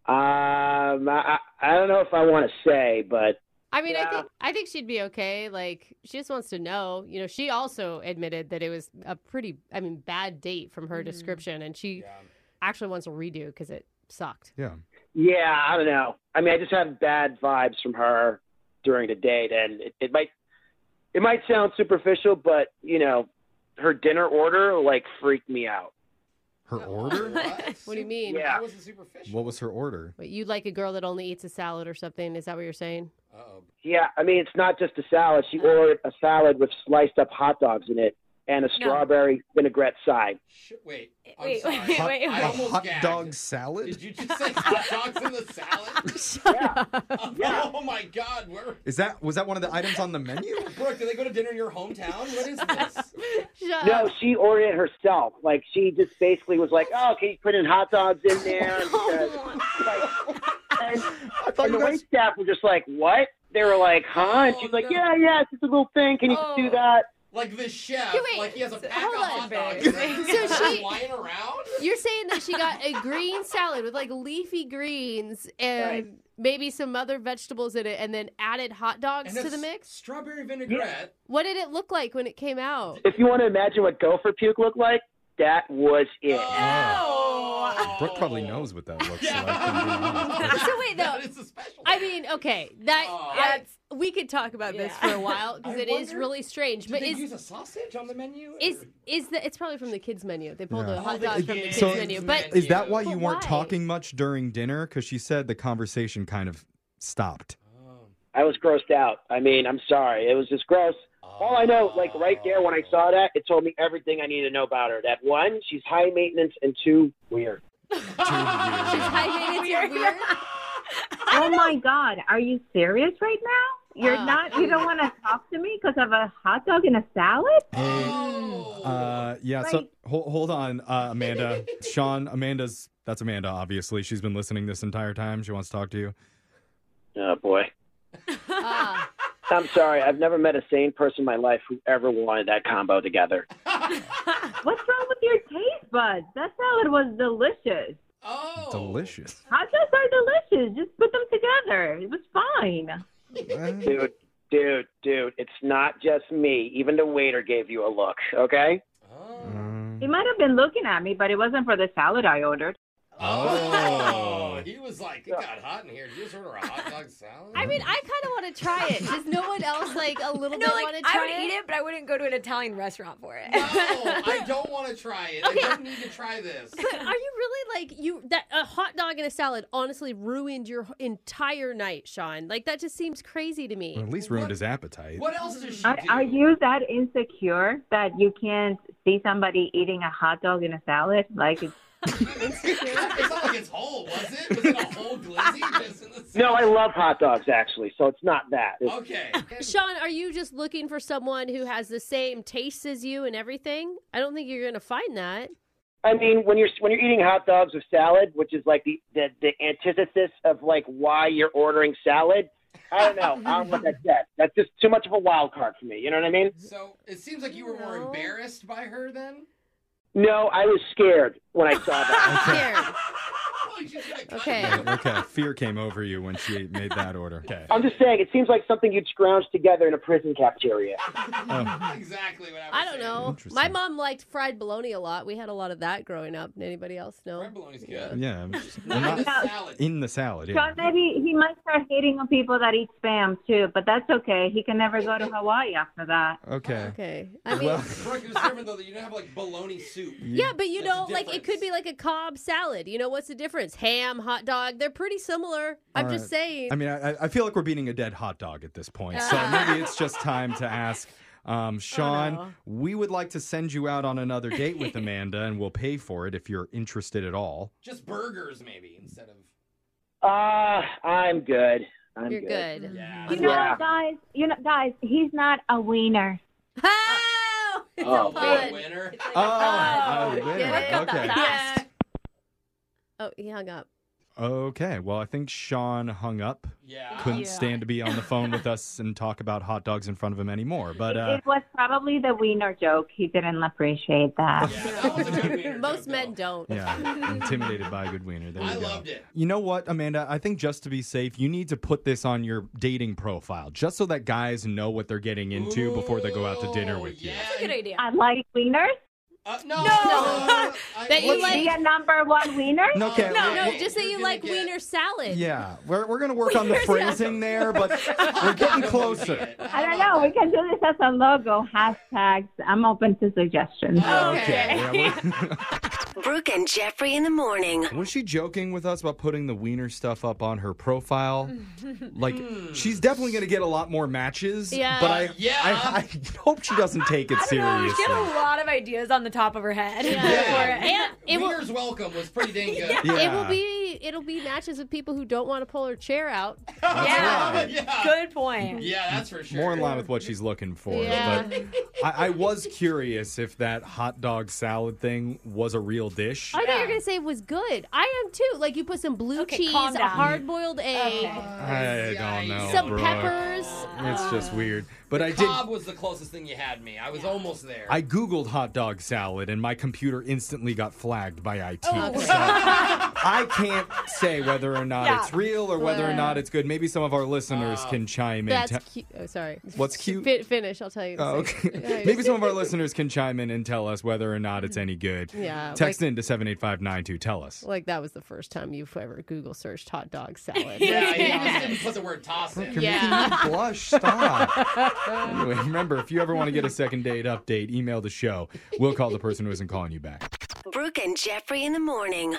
Speaker 12: Um, I, I I don't know if I want to say, but
Speaker 2: I mean, I think I think she'd be okay. Like she just wants to know. You know, she also admitted that it was a pretty, I mean, bad date from her description, and she actually wants a redo because it sucked.
Speaker 3: Yeah.
Speaker 12: yeah, I don't know. I mean, I just have bad vibes from her during the date, and it, it might it might sound superficial, but you know, her dinner order like freaked me out.
Speaker 3: Her order?
Speaker 2: What, do you mean?
Speaker 12: Yeah. That
Speaker 1: wasn't superficial.
Speaker 3: What was her order?
Speaker 2: But you like a girl that only eats a salad or something? Is that what you're saying?
Speaker 12: Yeah, I mean, it's not just a salad. She ordered a salad with sliced up hot dogs in it and a strawberry vinaigrette side.
Speaker 1: Wait.
Speaker 5: Wait,
Speaker 1: I'm sorry.
Speaker 5: wait, wait, wait.
Speaker 1: I
Speaker 3: A
Speaker 1: almost
Speaker 3: hot
Speaker 1: gagged.
Speaker 3: dog salad?
Speaker 1: Did you just say hot dogs in the salad? Oh my God! Where?
Speaker 3: Is that was that one of the items on the menu?
Speaker 1: Brooke, do they go to dinner in your hometown? What is this?
Speaker 12: No, she ordered it herself. Like she just basically was like, "Oh, can you put in hot dogs in there?" uh, Because, like, and, and the wait staff were just like, "What?" They were like, "Huh?" And she's like, "Yeah, yeah, it's just a little thing. Can you just
Speaker 4: Oh.
Speaker 12: do that?"
Speaker 1: Like this chef,
Speaker 2: Yeah, wait,
Speaker 1: like he has a
Speaker 2: so-
Speaker 1: pack
Speaker 2: hold
Speaker 1: of
Speaker 2: on,
Speaker 1: hot dogs.
Speaker 2: babe.
Speaker 1: and
Speaker 2: So
Speaker 1: he's just
Speaker 2: she-
Speaker 1: flying around.
Speaker 2: You're saying that she got a green salad with like leafy greens and maybe some other vegetables in it, and then added hot dogs
Speaker 1: And
Speaker 2: to the
Speaker 1: it's
Speaker 2: mix.
Speaker 1: Strawberry vinaigrette.
Speaker 2: What did it look like when it came out?
Speaker 12: If you want to imagine what gopher puke looked like, that was it.
Speaker 3: Brooke probably
Speaker 2: Oh.
Speaker 3: knows what that looks like.
Speaker 5: so wait though.
Speaker 1: a special.
Speaker 5: I
Speaker 2: mean, okay, that
Speaker 5: that's
Speaker 2: we could talk about this
Speaker 1: Yeah.
Speaker 2: for a while because
Speaker 1: I
Speaker 2: it is
Speaker 1: wonder-
Speaker 2: really strange.
Speaker 1: Do
Speaker 2: but
Speaker 1: they
Speaker 2: is
Speaker 1: use a sausage on the menu? Oh,
Speaker 2: is is the it's probably from the kids menu. They pulled
Speaker 3: Yeah.
Speaker 2: a hot dog from the kids
Speaker 3: So
Speaker 2: menu. But
Speaker 3: is that why you
Speaker 2: but
Speaker 3: weren't
Speaker 2: why?
Speaker 3: talking much during dinner? Because she said the conversation kind of stopped.
Speaker 12: I was grossed out. I mean, I'm sorry. It was just gross. All I know, like right there when I saw that, it told me everything I needed to know about her. That one, she's high maintenance, and two, weird.
Speaker 2: I mean, it's weird.
Speaker 11: Oh my God, are you serious right now? You're
Speaker 2: Uh,
Speaker 11: not. You don't want to talk to me because of a hot dog and a salad?
Speaker 3: Uh, yeah. So hold, hold on, uh, Amanda. Sean, Amanda's that's Amanda. Obviously, she's been listening this entire time. She wants to talk to you.
Speaker 12: Oh boy. I'm sorry. I've never met a sane person in my life who ever wanted that combo together.
Speaker 11: What's wrong with your taste buds? That salad was delicious.
Speaker 3: Delicious.
Speaker 11: Hot dogs are delicious. Just put them together. It was fine.
Speaker 12: Dude, dude, dude. It's not just me. Even the waiter gave you a look. Okay.
Speaker 1: Mm.
Speaker 11: He might have been looking at me, but it wasn't for the salad I ordered.
Speaker 1: Oh, he was like, it got hot in here. Did you just order a hot dog salad?
Speaker 2: I mean, I kind of want to try it. Does no one else like a little
Speaker 5: No,
Speaker 2: bit
Speaker 5: like
Speaker 2: want to try
Speaker 5: I would
Speaker 2: it?
Speaker 5: eat it, but I wouldn't go to an Italian restaurant for it.
Speaker 1: No, I don't want to try it. I don't need to try this.
Speaker 2: But are you really like you that a hot dog and a salad honestly ruined your entire night, Sean? Like that just seems crazy to me.
Speaker 3: Well, at least ruined his appetite.
Speaker 1: What else does she
Speaker 11: Are, are you that insecure that you can't see somebody eating a hot dog and a salad? Like, it's,
Speaker 1: it's not like it's whole, was it? Was it a whole glizzy? Just in the-
Speaker 12: No, I love hot dogs actually, so it's not that. It's-
Speaker 1: Okay.
Speaker 2: Sean, are you just looking for someone who has the same tastes as you and everything? I don't think you're gonna find that.
Speaker 12: I mean, when you're when you're eating hot dogs with salad, which is like the the, the antithesis of like why you're ordering salad. I don't know. I don't know what that said. That's just too much of a wild card for me. You know what I mean?
Speaker 1: So it seems like you were more embarrassed by her then.
Speaker 12: No, I was scared when I saw that.
Speaker 2: Okay.
Speaker 3: okay. Fear came over you when she made that order. Okay.
Speaker 12: I'm just saying, it seems like something you'd scrounge together in a prison cafeteria.
Speaker 1: Exactly what I was
Speaker 2: I don't know. My mom liked fried bologna a lot. We had a lot of that growing up. Anybody else know? Fried
Speaker 1: bologna's
Speaker 3: Yeah. I'm just-
Speaker 1: Not
Speaker 3: not
Speaker 1: in the salad.
Speaker 3: in the salad.
Speaker 11: Sean,
Speaker 3: Yeah.
Speaker 11: maybe he might start hating on people that eat spam too, but that's okay. He can never go to Hawaii after that.
Speaker 3: Okay.
Speaker 2: Okay.
Speaker 3: I mean- Well-
Speaker 1: Brooke, it was different though that you didn't have like bologna soup.
Speaker 2: Yeah, but you
Speaker 1: That's
Speaker 2: know,
Speaker 1: the
Speaker 2: like it could be like a Cobb salad. You know, what's the difference? Ham, hot dog, they're pretty similar. I'm
Speaker 3: All
Speaker 2: just
Speaker 3: right.
Speaker 2: saying.
Speaker 3: I mean, I, I feel like we're beating a dead hot dog at this point, so maybe it's just time to ask.
Speaker 2: Oh,
Speaker 3: Um, Sean, we would like to send you out on another date with Amanda, and we'll pay for it if you're interested at all.
Speaker 1: Just burgers maybe instead of.
Speaker 12: Ah, I'm good. I'm
Speaker 2: You're good.
Speaker 1: Yeah.
Speaker 11: You know, guys, you know, guys, he's not a wiener.
Speaker 2: Oh, it's
Speaker 3: Oh,
Speaker 2: a pun.
Speaker 1: winner.
Speaker 3: Oh, a
Speaker 2: get
Speaker 3: winner.
Speaker 2: it?
Speaker 3: Okay.
Speaker 2: Yeah. Oh, he hung up.
Speaker 3: Okay. Well, I think Sean hung up.
Speaker 1: Yeah.
Speaker 3: Couldn't
Speaker 11: Yeah.
Speaker 3: stand to be on the phone with us and talk about hot dogs in front of him anymore. But uh,
Speaker 11: it was probably the wiener joke. He didn't appreciate that.
Speaker 2: Most men don't.
Speaker 3: yeah, intimidated by a good wiener. There you
Speaker 1: I
Speaker 3: go.
Speaker 1: loved it.
Speaker 3: You know what, Amanda? I think just to be safe, you need to put this on your dating profile just so that guys know what they're getting into before they go out to dinner with you.
Speaker 5: That's a good idea.
Speaker 11: I like wieners.
Speaker 1: Uh, no.
Speaker 2: That you
Speaker 11: Would
Speaker 2: like-
Speaker 11: be a number one wiener.
Speaker 3: No, okay,
Speaker 2: No,
Speaker 3: well-
Speaker 2: no,
Speaker 3: well-
Speaker 2: just that you like wiener salad.
Speaker 3: Yeah, we're, we're going to work on the phrasing there, but we're getting closer.
Speaker 11: I don't know. We can do this as a logo. Hashtags. I'm open to suggestions.
Speaker 2: Oh,
Speaker 3: Okay. yeah,
Speaker 7: Brooke and Jeffrey in the morning.
Speaker 3: we're- was she joking with us about putting the wiener stuff up on her profile?
Speaker 4: Mm.
Speaker 3: Like, she's definitely going to get a lot more matches,
Speaker 5: Yeah.
Speaker 3: but I,
Speaker 5: Yeah.
Speaker 3: I, I hope she doesn't take it
Speaker 5: She
Speaker 3: seriously.
Speaker 5: had a lot of ideas on the top of her head. For it.
Speaker 2: And it will,
Speaker 1: Wiener's welcome was pretty dang good.
Speaker 2: it
Speaker 3: Yeah.
Speaker 2: will be it'll be matches with people who don't want to pull her chair out.
Speaker 1: Yeah. yeah.
Speaker 5: Good point.
Speaker 1: Yeah, that's for sure.
Speaker 3: More in line with what she's looking for.
Speaker 2: Yeah.
Speaker 3: But I, I was curious if that hot dog salad thing was a real dish.
Speaker 2: I thought you were gonna say it was good. I am too. Like you put some blue cheese,
Speaker 5: calm
Speaker 2: a
Speaker 5: down.
Speaker 2: hard boiled egg,
Speaker 3: I don't know.
Speaker 2: some
Speaker 3: Brooke.
Speaker 2: peppers.
Speaker 3: It's just weird. But I did.
Speaker 1: Cobb was the closest thing you had me. I was almost there.
Speaker 3: I Googled hot dog salad and my computer instantly got flagged by IT.
Speaker 1: Oh.
Speaker 3: So I can't say whether or not
Speaker 2: Yeah.
Speaker 3: it's real or whether or
Speaker 2: Yeah.
Speaker 3: not it's good. Maybe some of our listeners can chime in.
Speaker 2: That's
Speaker 3: te-
Speaker 2: cute. Oh, sorry.
Speaker 3: What's cute?
Speaker 2: Fin- finish. I'll tell you. in a
Speaker 3: Oh, okay.
Speaker 2: second. Yeah, Mm-hmm.
Speaker 3: Maybe some of our listeners can chime in and tell us whether or not it's any good.
Speaker 2: Yeah,
Speaker 3: Text
Speaker 2: like-
Speaker 3: in to 78592. Tell us.
Speaker 2: Like that was the first time you've ever Google searched hot dog salad.
Speaker 1: Yeah, he almost didn't put the word toss in.
Speaker 3: You're making me blush. Stop.
Speaker 2: Uh.
Speaker 3: anyway, remember, if you ever want to get a second date update, email the show. We'll call the person who isn't calling you back.
Speaker 7: Brooke and Jeffrey in the morning.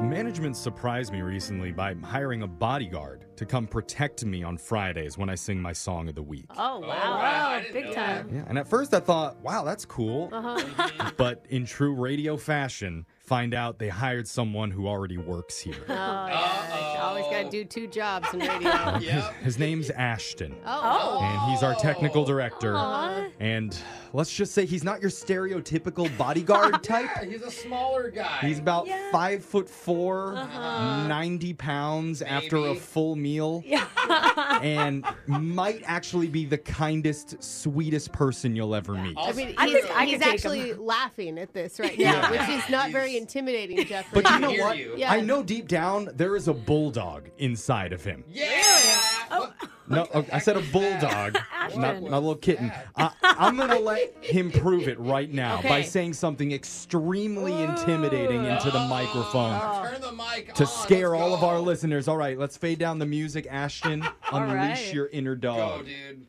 Speaker 3: Management surprised me recently by hiring a bodyguard to come protect me on Fridays when I sing my song of the week.
Speaker 5: Oh, wow. Big time.
Speaker 3: Yeah, and at first I thought, wow, that's cool.
Speaker 5: Uh-huh.
Speaker 3: But in true radio fashion, find out they hired someone who already works here.
Speaker 2: Oh, yeah. Always got to do two jobs in radio.
Speaker 3: His, his name's Ashton.
Speaker 2: Oh.
Speaker 3: And he's our technical director.
Speaker 1: Aw.
Speaker 3: And let's just say he's not your stereotypical bodyguard type.
Speaker 1: Yeah, he's a smaller guy.
Speaker 3: He's about five foot 4 90 pounds after a
Speaker 1: Maybe.
Speaker 3: full meal, and might actually be the kindest, sweetest person you'll ever meet.
Speaker 2: I mean, he's,
Speaker 5: I think I
Speaker 2: he's
Speaker 5: could take
Speaker 2: actually laughing at this right now,
Speaker 3: Yeah.
Speaker 2: which is not very intimidating, Jeffrey.
Speaker 3: But you know what?
Speaker 2: Yeah.
Speaker 3: I know deep down there is a bulldog inside of him. No, okay, I said a bulldog, not, not a little kitten. I, I'm going to let him prove it right now by
Speaker 1: Okay.
Speaker 3: saying something extremely intimidating into the microphone
Speaker 1: Turn the mic
Speaker 3: to scare all of our listeners. All right, let's fade down the music. Ashton,
Speaker 1: All
Speaker 3: unleash
Speaker 1: right.
Speaker 3: your inner dog.
Speaker 1: dude.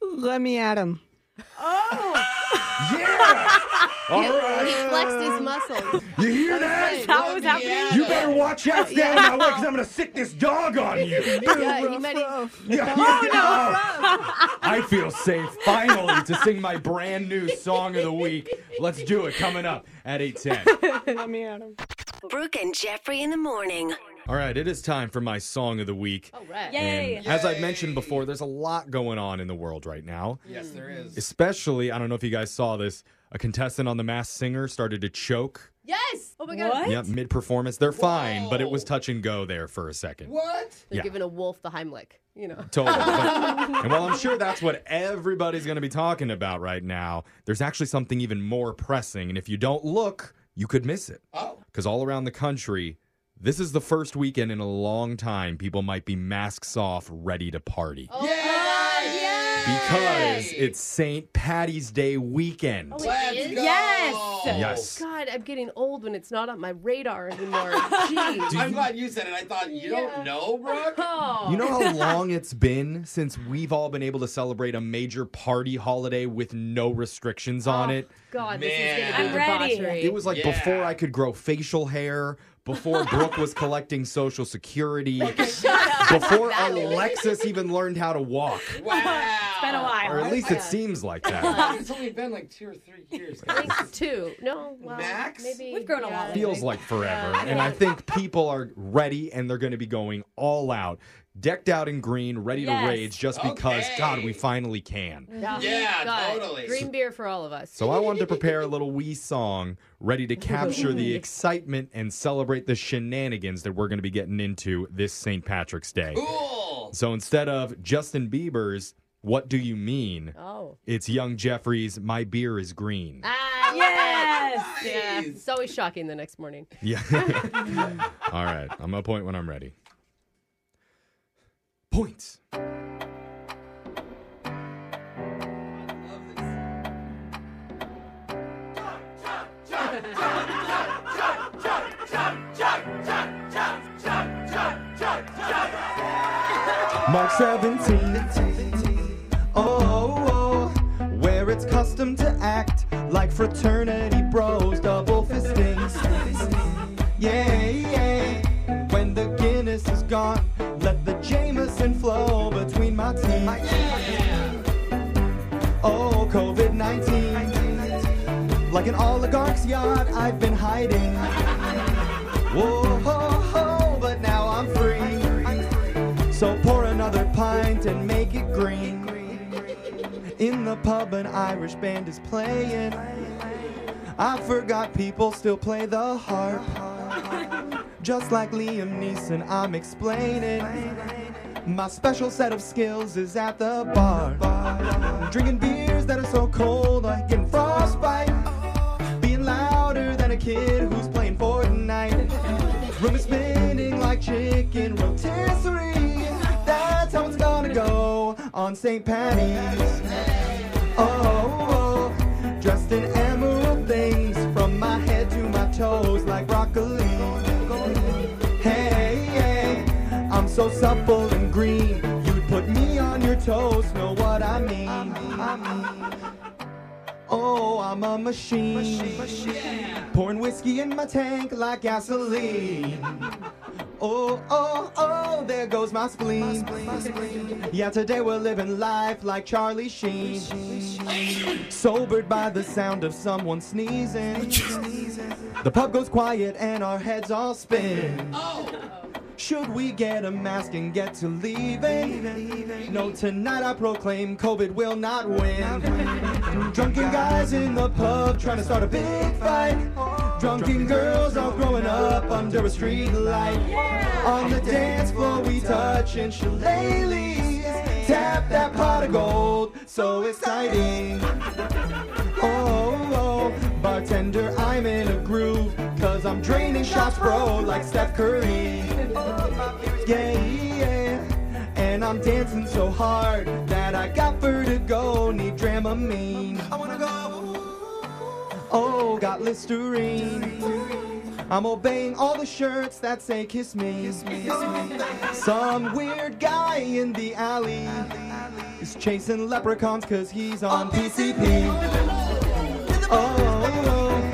Speaker 13: Let me at him.
Speaker 2: Oh.
Speaker 3: All
Speaker 2: He- He
Speaker 3: right.
Speaker 2: flexed his muscles.
Speaker 3: You hear
Speaker 2: that?
Speaker 5: That was happening.
Speaker 3: You better watch out, stay out of my way, because I'm going to sick this dog on you.
Speaker 2: Yeah, he might have-
Speaker 3: Yeah.
Speaker 4: Oh,
Speaker 3: Oh. I feel safe finally to sing my brand new song of the week. Let's do it coming up at 8:10.
Speaker 13: Let me at him.
Speaker 7: Brooke and Jeffrey in the morning.
Speaker 3: All right, it is time for my song of the week.
Speaker 7: All right.
Speaker 3: And
Speaker 7: Yay.
Speaker 3: As I've mentioned before, there's a lot going on in the world right now.
Speaker 1: Yes, there is.
Speaker 3: Especially, I don't know if you guys saw this, a contestant on The Masked Singer started to choke.
Speaker 2: Yes. Oh my god.
Speaker 3: Yep, mid performance. They're fine, but it was touch and go there for a second.
Speaker 2: What? They're
Speaker 3: Yeah.
Speaker 2: giving a wolf the Heimlich. You know.
Speaker 3: Totally. But- and while I'm sure that's what everybody's going to be talking about right now, there's actually something even more pressing. And if you don't look, you could miss it. Because all around the country, this is the first weekend in a long time people might be masks off, ready to party.
Speaker 4: Oh.
Speaker 3: Because it's St. Patty's Day weekend.
Speaker 2: Oh, Yes.
Speaker 3: Yes.
Speaker 2: God, I'm getting old when it's not on my radar anymore. Jeez.
Speaker 3: I'm
Speaker 1: glad you said it. I thought you don't know, Brooke.
Speaker 2: Oh,
Speaker 1: Oh.
Speaker 3: You know how long it's been since we've all been able to celebrate a major party holiday with no restrictions on it?
Speaker 2: God, this is
Speaker 1: Man.
Speaker 2: gonna be
Speaker 1: I'm ready.
Speaker 2: debauchery.
Speaker 3: It was like before I could grow facial hair, before Brooke was collecting social security, before Alexis even learned how to walk.
Speaker 5: It's been a while.
Speaker 3: Or at least it seems like that.
Speaker 1: it's only been like two or three years.
Speaker 2: two. No, well,
Speaker 1: Max?
Speaker 2: Maybe
Speaker 5: We've grown a lot.
Speaker 3: Feels like forever. And I think people are ready and they're going to be going all out, decked out in green, ready to
Speaker 2: Yes.
Speaker 3: rage just because, God, we finally can.
Speaker 1: Yeah,
Speaker 2: God.
Speaker 1: totally.
Speaker 2: Green beer for all of us.
Speaker 3: So I wanted to prepare a little wee song ready to capture the excitement and celebrate the shenanigans that we're going to be getting into this St. Patrick's Day.
Speaker 1: Cool.
Speaker 3: So instead of Justin Bieber's "What Do You Mean,"
Speaker 2: Oh.
Speaker 3: it's Young Jeffrey's "My Beer Is Green."
Speaker 2: Ah, yes. Yeah. It's always shocking the next morning.
Speaker 3: Yeah. All right, I'm gonna point when I'm ready. Points. Mark 17. Oh, oh, where it's custom to act like fraternity bros, double fisting. Yeah, yeah. When the Guinness is gone, let the Jameson flow between my teeth. Oh, COVID 19. Like an oligarch's yacht, I've been hiding. Whoa, ho, ho, but now I'm free. So pour another pint and make it green. In the pub, an Irish band is playing. I forgot people still play the harp. Just like Liam Neeson, I'm explaining. My special set of skills is at the bar. Drinking beers that are so cold, I get frostbite. Being louder than a kid who's playing Fortnite.
Speaker 14: Room is spinning like chicken rotisserie. That's how it's gonna go on St. Patty's. Oh, oh, dressed in emerald things from my head to my toes like broccoli. Hey, hey, I'm so supple and green. You'd put me on your toes, know what I mean? Oh, I'm a machine. Pouring whiskey in my tank like gasoline. Oh, oh, oh, there goes my spleen. Yeah, today we're living life like Charlie Sheen. Sobered by the sound of someone sneezing. The pub goes quiet and our heads all spin. Should we get a mask and get to leaving? No, tonight I proclaim COVID will not win. Drunken guys in the pub trying to start a big fight. Drunken girls all growing up under a street light. On the dance floor we touch and shillelaghs. Tap that pot of gold, so exciting. Oh, oh, bartender, I'm in a groove. Cause I'm draining shots, bro, like Steph Curry. Yeah, yeah. And I'm dancing so hard that I got vertigo, need Dramamine. I wanna go. Oh, got Listerine. I'm obeying all the shirts that say kiss me. Some weird guy in the alley is chasing leprechauns cause he's on PCP. Oh,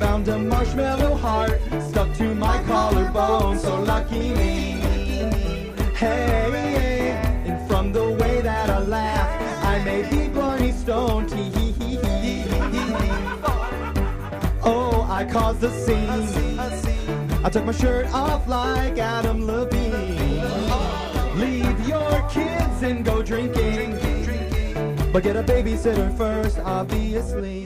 Speaker 14: found a marshmallow heart stuck to my collarbone, so lucky me. Hey, hey, and from the way that I laugh, I may be Barney Stone. Tee hee hee hee. Oh, I caused a scene. I took my shirt off like Adam Levine. Leave your kids and go drinking. But get a babysitter first, obviously.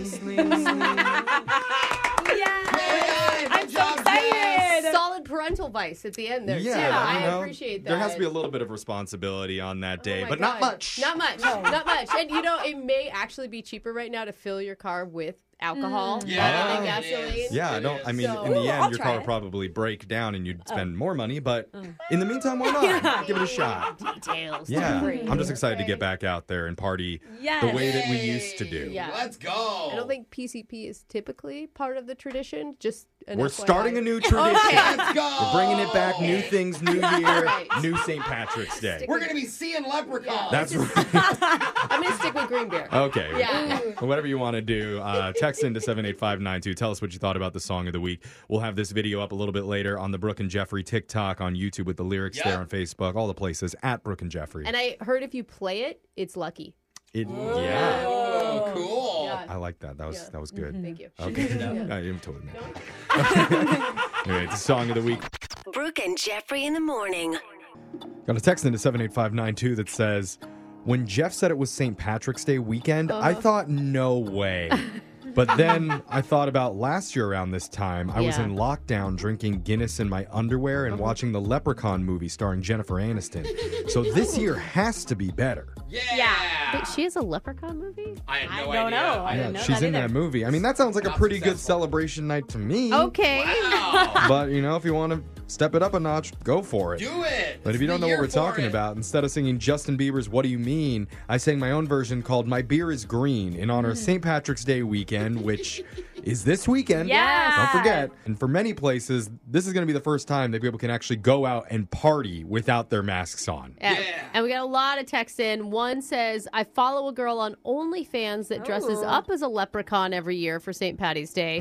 Speaker 2: I'm so excited. Solid parental advice at the end there. too. I
Speaker 3: you know,
Speaker 2: appreciate that.
Speaker 3: There has to be a little bit of responsibility on that day,
Speaker 2: Oh my
Speaker 3: but not
Speaker 2: God.
Speaker 3: much.
Speaker 2: Not much. Not much. And you know, it may actually be cheaper right now to fill your car with alcohol
Speaker 3: Mm.
Speaker 2: rather than
Speaker 3: Yeah.
Speaker 2: gasoline.
Speaker 3: Yeah, I don't. I mean,
Speaker 2: So-
Speaker 3: in the
Speaker 2: Ooh,
Speaker 3: end,
Speaker 2: I'll
Speaker 3: your
Speaker 2: try
Speaker 3: car
Speaker 2: it.
Speaker 3: will probably break down, and you'd spend more money. But
Speaker 2: Oh.
Speaker 3: in the meantime, why not? Give it a shot.
Speaker 2: Details.
Speaker 3: Yeah,
Speaker 2: Great.
Speaker 3: I'm just excited to get back out there and party
Speaker 2: Yes.
Speaker 3: the way that we used to do.
Speaker 2: Yeah.
Speaker 1: Let's go.
Speaker 2: I don't think PCP is typically part of the tradition. Just an
Speaker 3: We're
Speaker 2: FYI.
Speaker 3: starting a new
Speaker 2: Oh
Speaker 3: tradition.
Speaker 2: Okay.
Speaker 3: We're bringing it back.
Speaker 2: Oh.
Speaker 3: New
Speaker 1: Okay.
Speaker 3: things, new year, new St. Patrick's Day.
Speaker 1: We're gonna be seeing leprechauns.
Speaker 3: That's right.
Speaker 2: I'm gonna stick with green beer.
Speaker 3: Okay.
Speaker 2: Yeah.
Speaker 3: Whatever you want to do, uh, text into 78592. Tell us what you thought about the song of the week. We'll have this video up a little bit later on the Brooke and Jeffrey TikTok, on YouTube with the lyrics there on Facebook, all the places at Brooke and Jeffrey.
Speaker 2: And I heard if you play it, it's lucky.
Speaker 3: It- yeah.
Speaker 1: Oh, cool.
Speaker 2: Yeah.
Speaker 3: I like that. That was
Speaker 2: Yeah.
Speaker 3: that was good.
Speaker 2: Mhm. Thank you. She
Speaker 3: Okay.
Speaker 2: needed that.
Speaker 3: No, you totally made it. anyway, it's the song of the week.
Speaker 7: Brooke and Jeffrey in the morning.
Speaker 3: Got a text into 78592 that says, When Jeff said it was St. Patrick's Day weekend, I
Speaker 2: Uh-huh.
Speaker 3: thought, no way. but then I thought about last year around this time. I was
Speaker 2: Yeah.
Speaker 3: in lockdown drinking Guinness in my underwear and watching the Leprechaun movie starring Jennifer Aniston. so this year has to be better.
Speaker 2: Yeah. Wait, she has a leprechaun movie?
Speaker 1: I had
Speaker 2: no
Speaker 1: idea.
Speaker 4: Oh,
Speaker 1: know. I
Speaker 3: Yeah, she's in that movie. I mean, that sounds like a pretty good celebration night to me.
Speaker 2: Okay.
Speaker 3: but, you know, if you want to step it up a notch, go for it.
Speaker 1: Do it.
Speaker 3: But if you don't know what we're talking about, instead of singing Justin Bieber's What Do You Mean, I sang my own version called My Beer is Green in honor
Speaker 1: Mm.
Speaker 3: of St. Patrick's Day weekend, which is this weekend.
Speaker 15: Yes.
Speaker 3: Don't forget. And for many places, this is going to be the first time that people can actually go out and party without their masks on.
Speaker 2: Yeah. And we got a lot of texts in. One says, I follow a girl on OnlyFans that dresses
Speaker 4: Oh.
Speaker 2: up as a leprechaun every year for St. Patty's Day.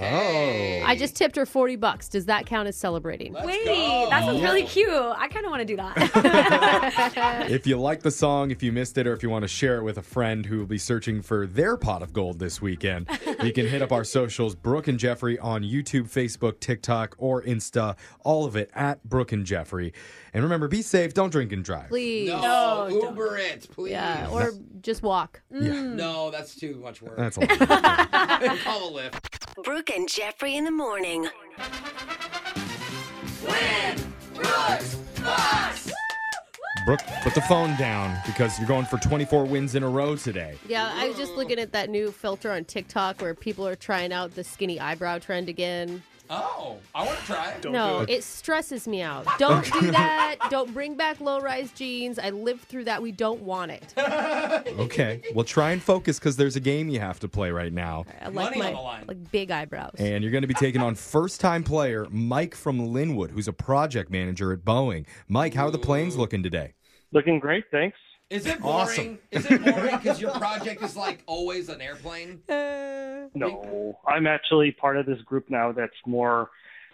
Speaker 3: Oh.
Speaker 2: I just tipped her 40 bucks. Does that count as celebrating?
Speaker 5: Wait, that sounds really cute. I kind of want to do that.
Speaker 3: If you like the song, if you missed it, or if you want to share it with a friend who will be searching for their pot of gold this weekend, you can hit up our socials, Brooke and Jeffrey, on YouTube, Facebook, TikTok, or Insta. All of it at Brooke and Jeffrey. And remember, be safe, don't drink and drive.
Speaker 2: Please.
Speaker 1: No, Uber it, please. Mm.
Speaker 2: Yeah, or just walk. Mm.
Speaker 1: No, that's too much work.
Speaker 3: That's a
Speaker 1: Call a lift.
Speaker 7: Brooke and Jeffrey in the morning.
Speaker 3: Brooke, put the phone down because you're going for 24 wins in a row today.
Speaker 2: Yeah, I was just looking at that new filter on TikTok where people are trying out the skinny eyebrow trend again.
Speaker 1: Oh, I want to try it.
Speaker 2: no, it. stresses me out. Don't do that. Don't bring back low rise jeans. I lived through that. We don't want it.
Speaker 3: Okay. Well, try and focus because there's a game you have to play right now.
Speaker 2: I like
Speaker 1: Money on
Speaker 2: my
Speaker 1: the line.
Speaker 2: like big eyebrows.
Speaker 3: And you're going to be taking on first time player Mike from Linwood, who's a project manager at Boeing. Mike, how are the planes looking today?
Speaker 15: Mm. Looking great, thanks.
Speaker 1: Is it boring?
Speaker 3: Awesome.
Speaker 1: Is it boring because your project is like always an airplane?
Speaker 2: Uh,
Speaker 15: No, I'm actually part of this group now that's more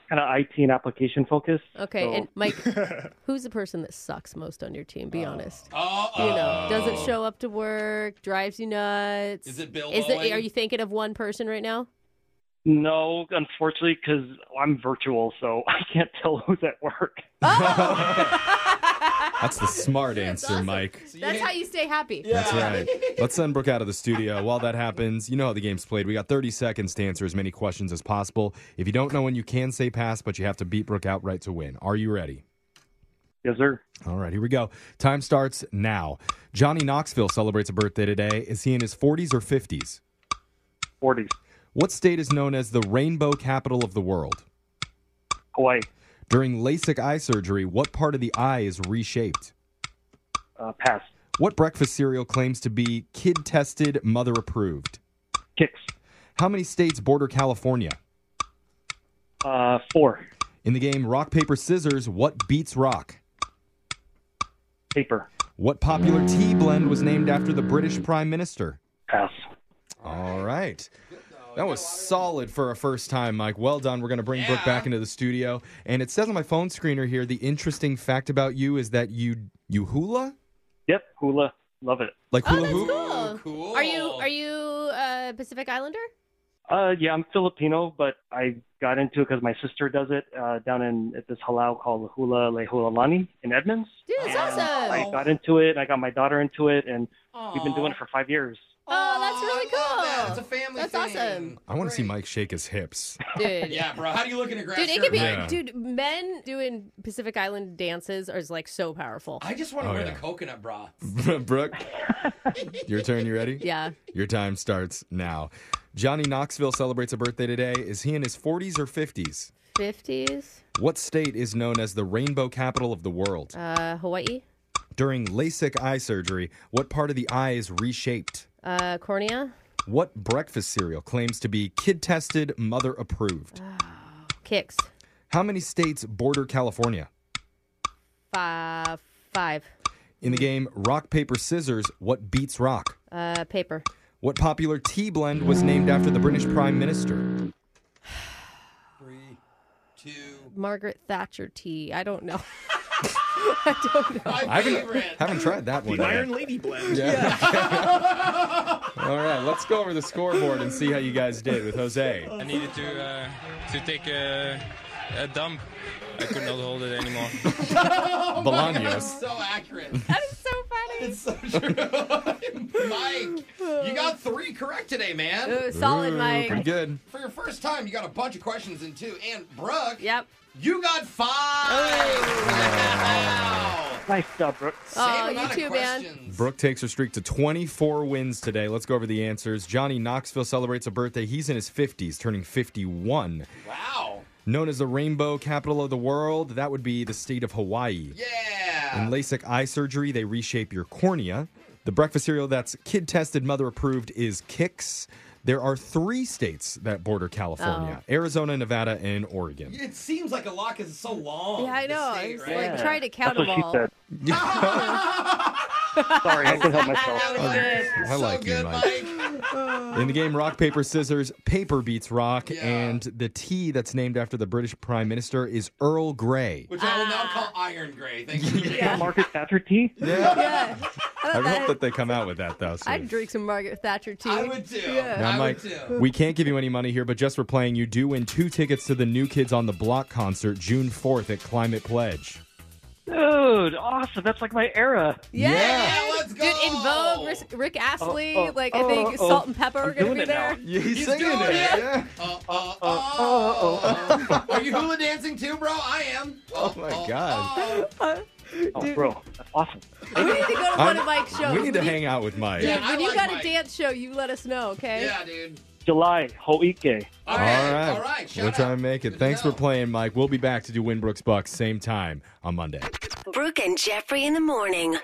Speaker 15: kind of IT and application focused.
Speaker 2: Okay,
Speaker 3: Oh.
Speaker 15: so-
Speaker 2: and Mike, who's the person that sucks most on your team? Be
Speaker 3: Oh.
Speaker 2: honest.
Speaker 1: Uh-oh.
Speaker 2: You know, doesn't show up to work, drives you nuts.
Speaker 15: Is it Bill
Speaker 2: Is it?
Speaker 15: Bowen?
Speaker 2: Are you thinking of one person right now?
Speaker 15: No, unfortunately, because I'm virtual, so I can't tell who's at work.
Speaker 3: That's the smart answer, Mike.
Speaker 2: That's how you stay happy.
Speaker 3: That's right. Let's send Brooke out of the studio. While that happens, you know how the game's played. We got 30 seconds to answer as many questions as possible. If you don't know when you can say pass, but you have to beat Brooke outright to win. Are you ready?
Speaker 15: Yes, sir.
Speaker 3: All right, here we go. Time starts now. Johnny Knoxville celebrates a birthday today. Is he in his 40s or 50s?
Speaker 15: 40s.
Speaker 3: What state is known as the rainbow capital of the world?
Speaker 15: Hawaii.
Speaker 3: During LASIK eye surgery, what part of the eye is reshaped?
Speaker 15: Uh, pass.
Speaker 3: What breakfast cereal claims to be kid tested, mother approved?
Speaker 15: Kicks.
Speaker 3: How many states border California?
Speaker 15: Uh, four.
Speaker 3: In the game Rock, Paper, Scissors, what beats rock?
Speaker 15: Paper.
Speaker 3: What popular tea blend was named after the British Prime Minister?
Speaker 15: Pass.
Speaker 3: All right. That was solid for a first time, Mike. Well done. We're going to bring Brooke back into the studio. And it says on my phone screener here the interesting fact about you is that you you hula?
Speaker 15: Yep, hula. Love it.
Speaker 3: Like hula hoop?
Speaker 2: Oh, cool. Are you are you uh, Pacific Islander?
Speaker 15: Uh, yeah, I'm Filipino, but I got into it because my sister does it uh, down in at this halal called Hula Lehulalani in Edmonds.
Speaker 2: Dude, that's awesome.
Speaker 15: I got into it. I got my daughter into it, and we've been
Speaker 2: Aw.
Speaker 15: doing it for five years.
Speaker 2: Oh, that's really cool.
Speaker 1: It's a family
Speaker 2: That's awesome.
Speaker 3: I want to see Mike shake his hips.
Speaker 2: Dude.
Speaker 1: Yeah, bro. How do you look in a grass
Speaker 2: Dude, it
Speaker 1: shirt?
Speaker 2: could be.
Speaker 3: Yeah.
Speaker 2: Dude, men doing Pacific Island dances are like so powerful.
Speaker 1: I just want to
Speaker 3: Oh,
Speaker 1: wear
Speaker 3: yeah.
Speaker 1: the coconut bra.
Speaker 3: Brooke, your turn. You ready?
Speaker 2: Yeah.
Speaker 3: Your time starts now. Johnny Knoxville celebrates a birthday today. Is he in his 40s or 50s?
Speaker 2: Fifties.
Speaker 3: What state is known as the rainbow capital of the world?
Speaker 2: Uh, Hawaii.
Speaker 3: During LASIK eye surgery, what part of the eye is reshaped?
Speaker 2: Uh, cornea.
Speaker 3: What breakfast cereal claims to be kid tested, mother approved?
Speaker 15: Oh.
Speaker 2: Kicks.
Speaker 3: How many states border California?
Speaker 2: Five. Five.
Speaker 3: In the game Rock, Paper, Scissors, what beats rock?
Speaker 2: Uh, paper.
Speaker 3: What popular tea blend was named after the British Prime Minister?
Speaker 2: Margaret Thatcher tea. I don't know. I don't know.
Speaker 3: I haven't, haven't tried that one.
Speaker 6: The
Speaker 3: yet.
Speaker 6: Iron Lady blend.
Speaker 3: Yeah. All right, let's go over the scoreboard and see how you guys did with Jose.
Speaker 16: I needed to uh, to take a, a dump. I could not hold it anymore.
Speaker 1: oh my God,
Speaker 3: Bolaños.
Speaker 1: that's so accurate.
Speaker 2: That is so funny.
Speaker 1: It's so true. Mike, you got three correct today, man.
Speaker 2: Ooh, solid, Ooh, Mike. pretty
Speaker 3: good.
Speaker 1: For your first time, you got a bunch of questions in two. And Brooke,
Speaker 2: yep,
Speaker 1: you got five.
Speaker 15: Nice job, Brooke.
Speaker 1: Same
Speaker 2: Oh, you
Speaker 1: amount
Speaker 2: too,
Speaker 1: of
Speaker 2: man.
Speaker 1: questions.
Speaker 3: Brooke takes her streak to 24 wins today. Let's go over the answers. Johnny Knoxville celebrates a birthday. He's in his 50s, turning 51.
Speaker 1: Wow.
Speaker 3: Known as the rainbow capital of the world, that would be the state of Hawaii.
Speaker 1: Yeah.
Speaker 3: In LASIK eye surgery, they reshape your cornea. The breakfast cereal that's kid tested, mother approved is Kix. There are three states that border California
Speaker 2: Oh.
Speaker 3: Arizona, Nevada, and Oregon.
Speaker 1: It seems like a lot because it's so long.
Speaker 2: Yeah, I
Speaker 1: the
Speaker 2: know.
Speaker 1: state,
Speaker 2: It's
Speaker 1: right?
Speaker 2: like try to count
Speaker 15: That's what
Speaker 2: them
Speaker 15: she
Speaker 2: all.
Speaker 15: said. Sorry, I couldn't help myself.
Speaker 3: Oh, I like you, Mike.
Speaker 2: Uh,
Speaker 3: In the game Rock, Paper, Scissors, paper beats rock, and the tea that's named after the British Prime Minister is Earl Grey.
Speaker 1: Which I will now
Speaker 2: Ah.
Speaker 1: call Iron Grey. Thank you.
Speaker 15: Margaret Thatcher tea?
Speaker 2: yeah. I
Speaker 3: I
Speaker 2: don't know.
Speaker 3: hope that they come out with that, though. soon.
Speaker 2: I'd drink some Margaret Thatcher tea. I would
Speaker 1: too.
Speaker 2: Yeah.
Speaker 3: Now, Mike, we can't give you any money here, but just for playing, you do win two tickets to the New Kids on the Block concert June 4th at Climate Pledge.
Speaker 15: Dude, awesome. That's like my era.
Speaker 2: Yeah. let's go. Dude, in Vogue, Rick, Rick Astley,
Speaker 15: Oh, oh,
Speaker 2: like I
Speaker 15: oh,
Speaker 2: think
Speaker 15: oh,
Speaker 2: Salt and Pepper
Speaker 15: I'm
Speaker 2: are gonna
Speaker 15: doing
Speaker 2: be
Speaker 15: it now.
Speaker 2: there.
Speaker 3: Yeah, he's,
Speaker 1: singing doing it. it.
Speaker 3: Yeah.
Speaker 1: Uh, uh, uh. Are you hula dancing too, bro? I am.
Speaker 3: Oh, my God.
Speaker 15: Oh, bro, that's awesome.
Speaker 2: We need to go to one
Speaker 3: I'm-
Speaker 2: of Mike's shows.
Speaker 3: We need to
Speaker 2: When you-
Speaker 3: hang out with Mike.
Speaker 2: Dude,
Speaker 1: Yeah, I
Speaker 2: when you
Speaker 1: like
Speaker 2: got
Speaker 1: Mike.
Speaker 2: a dance show, you let us know, okay?
Speaker 1: Yeah, dude.
Speaker 15: July, Hoike.
Speaker 1: All
Speaker 3: right. All right. We're trying to make it. Thanks for playing, Mike. We'll be back to do Winbrook's Bucks same time on Monday.
Speaker 7: Brooke and Jeffrey in the morning.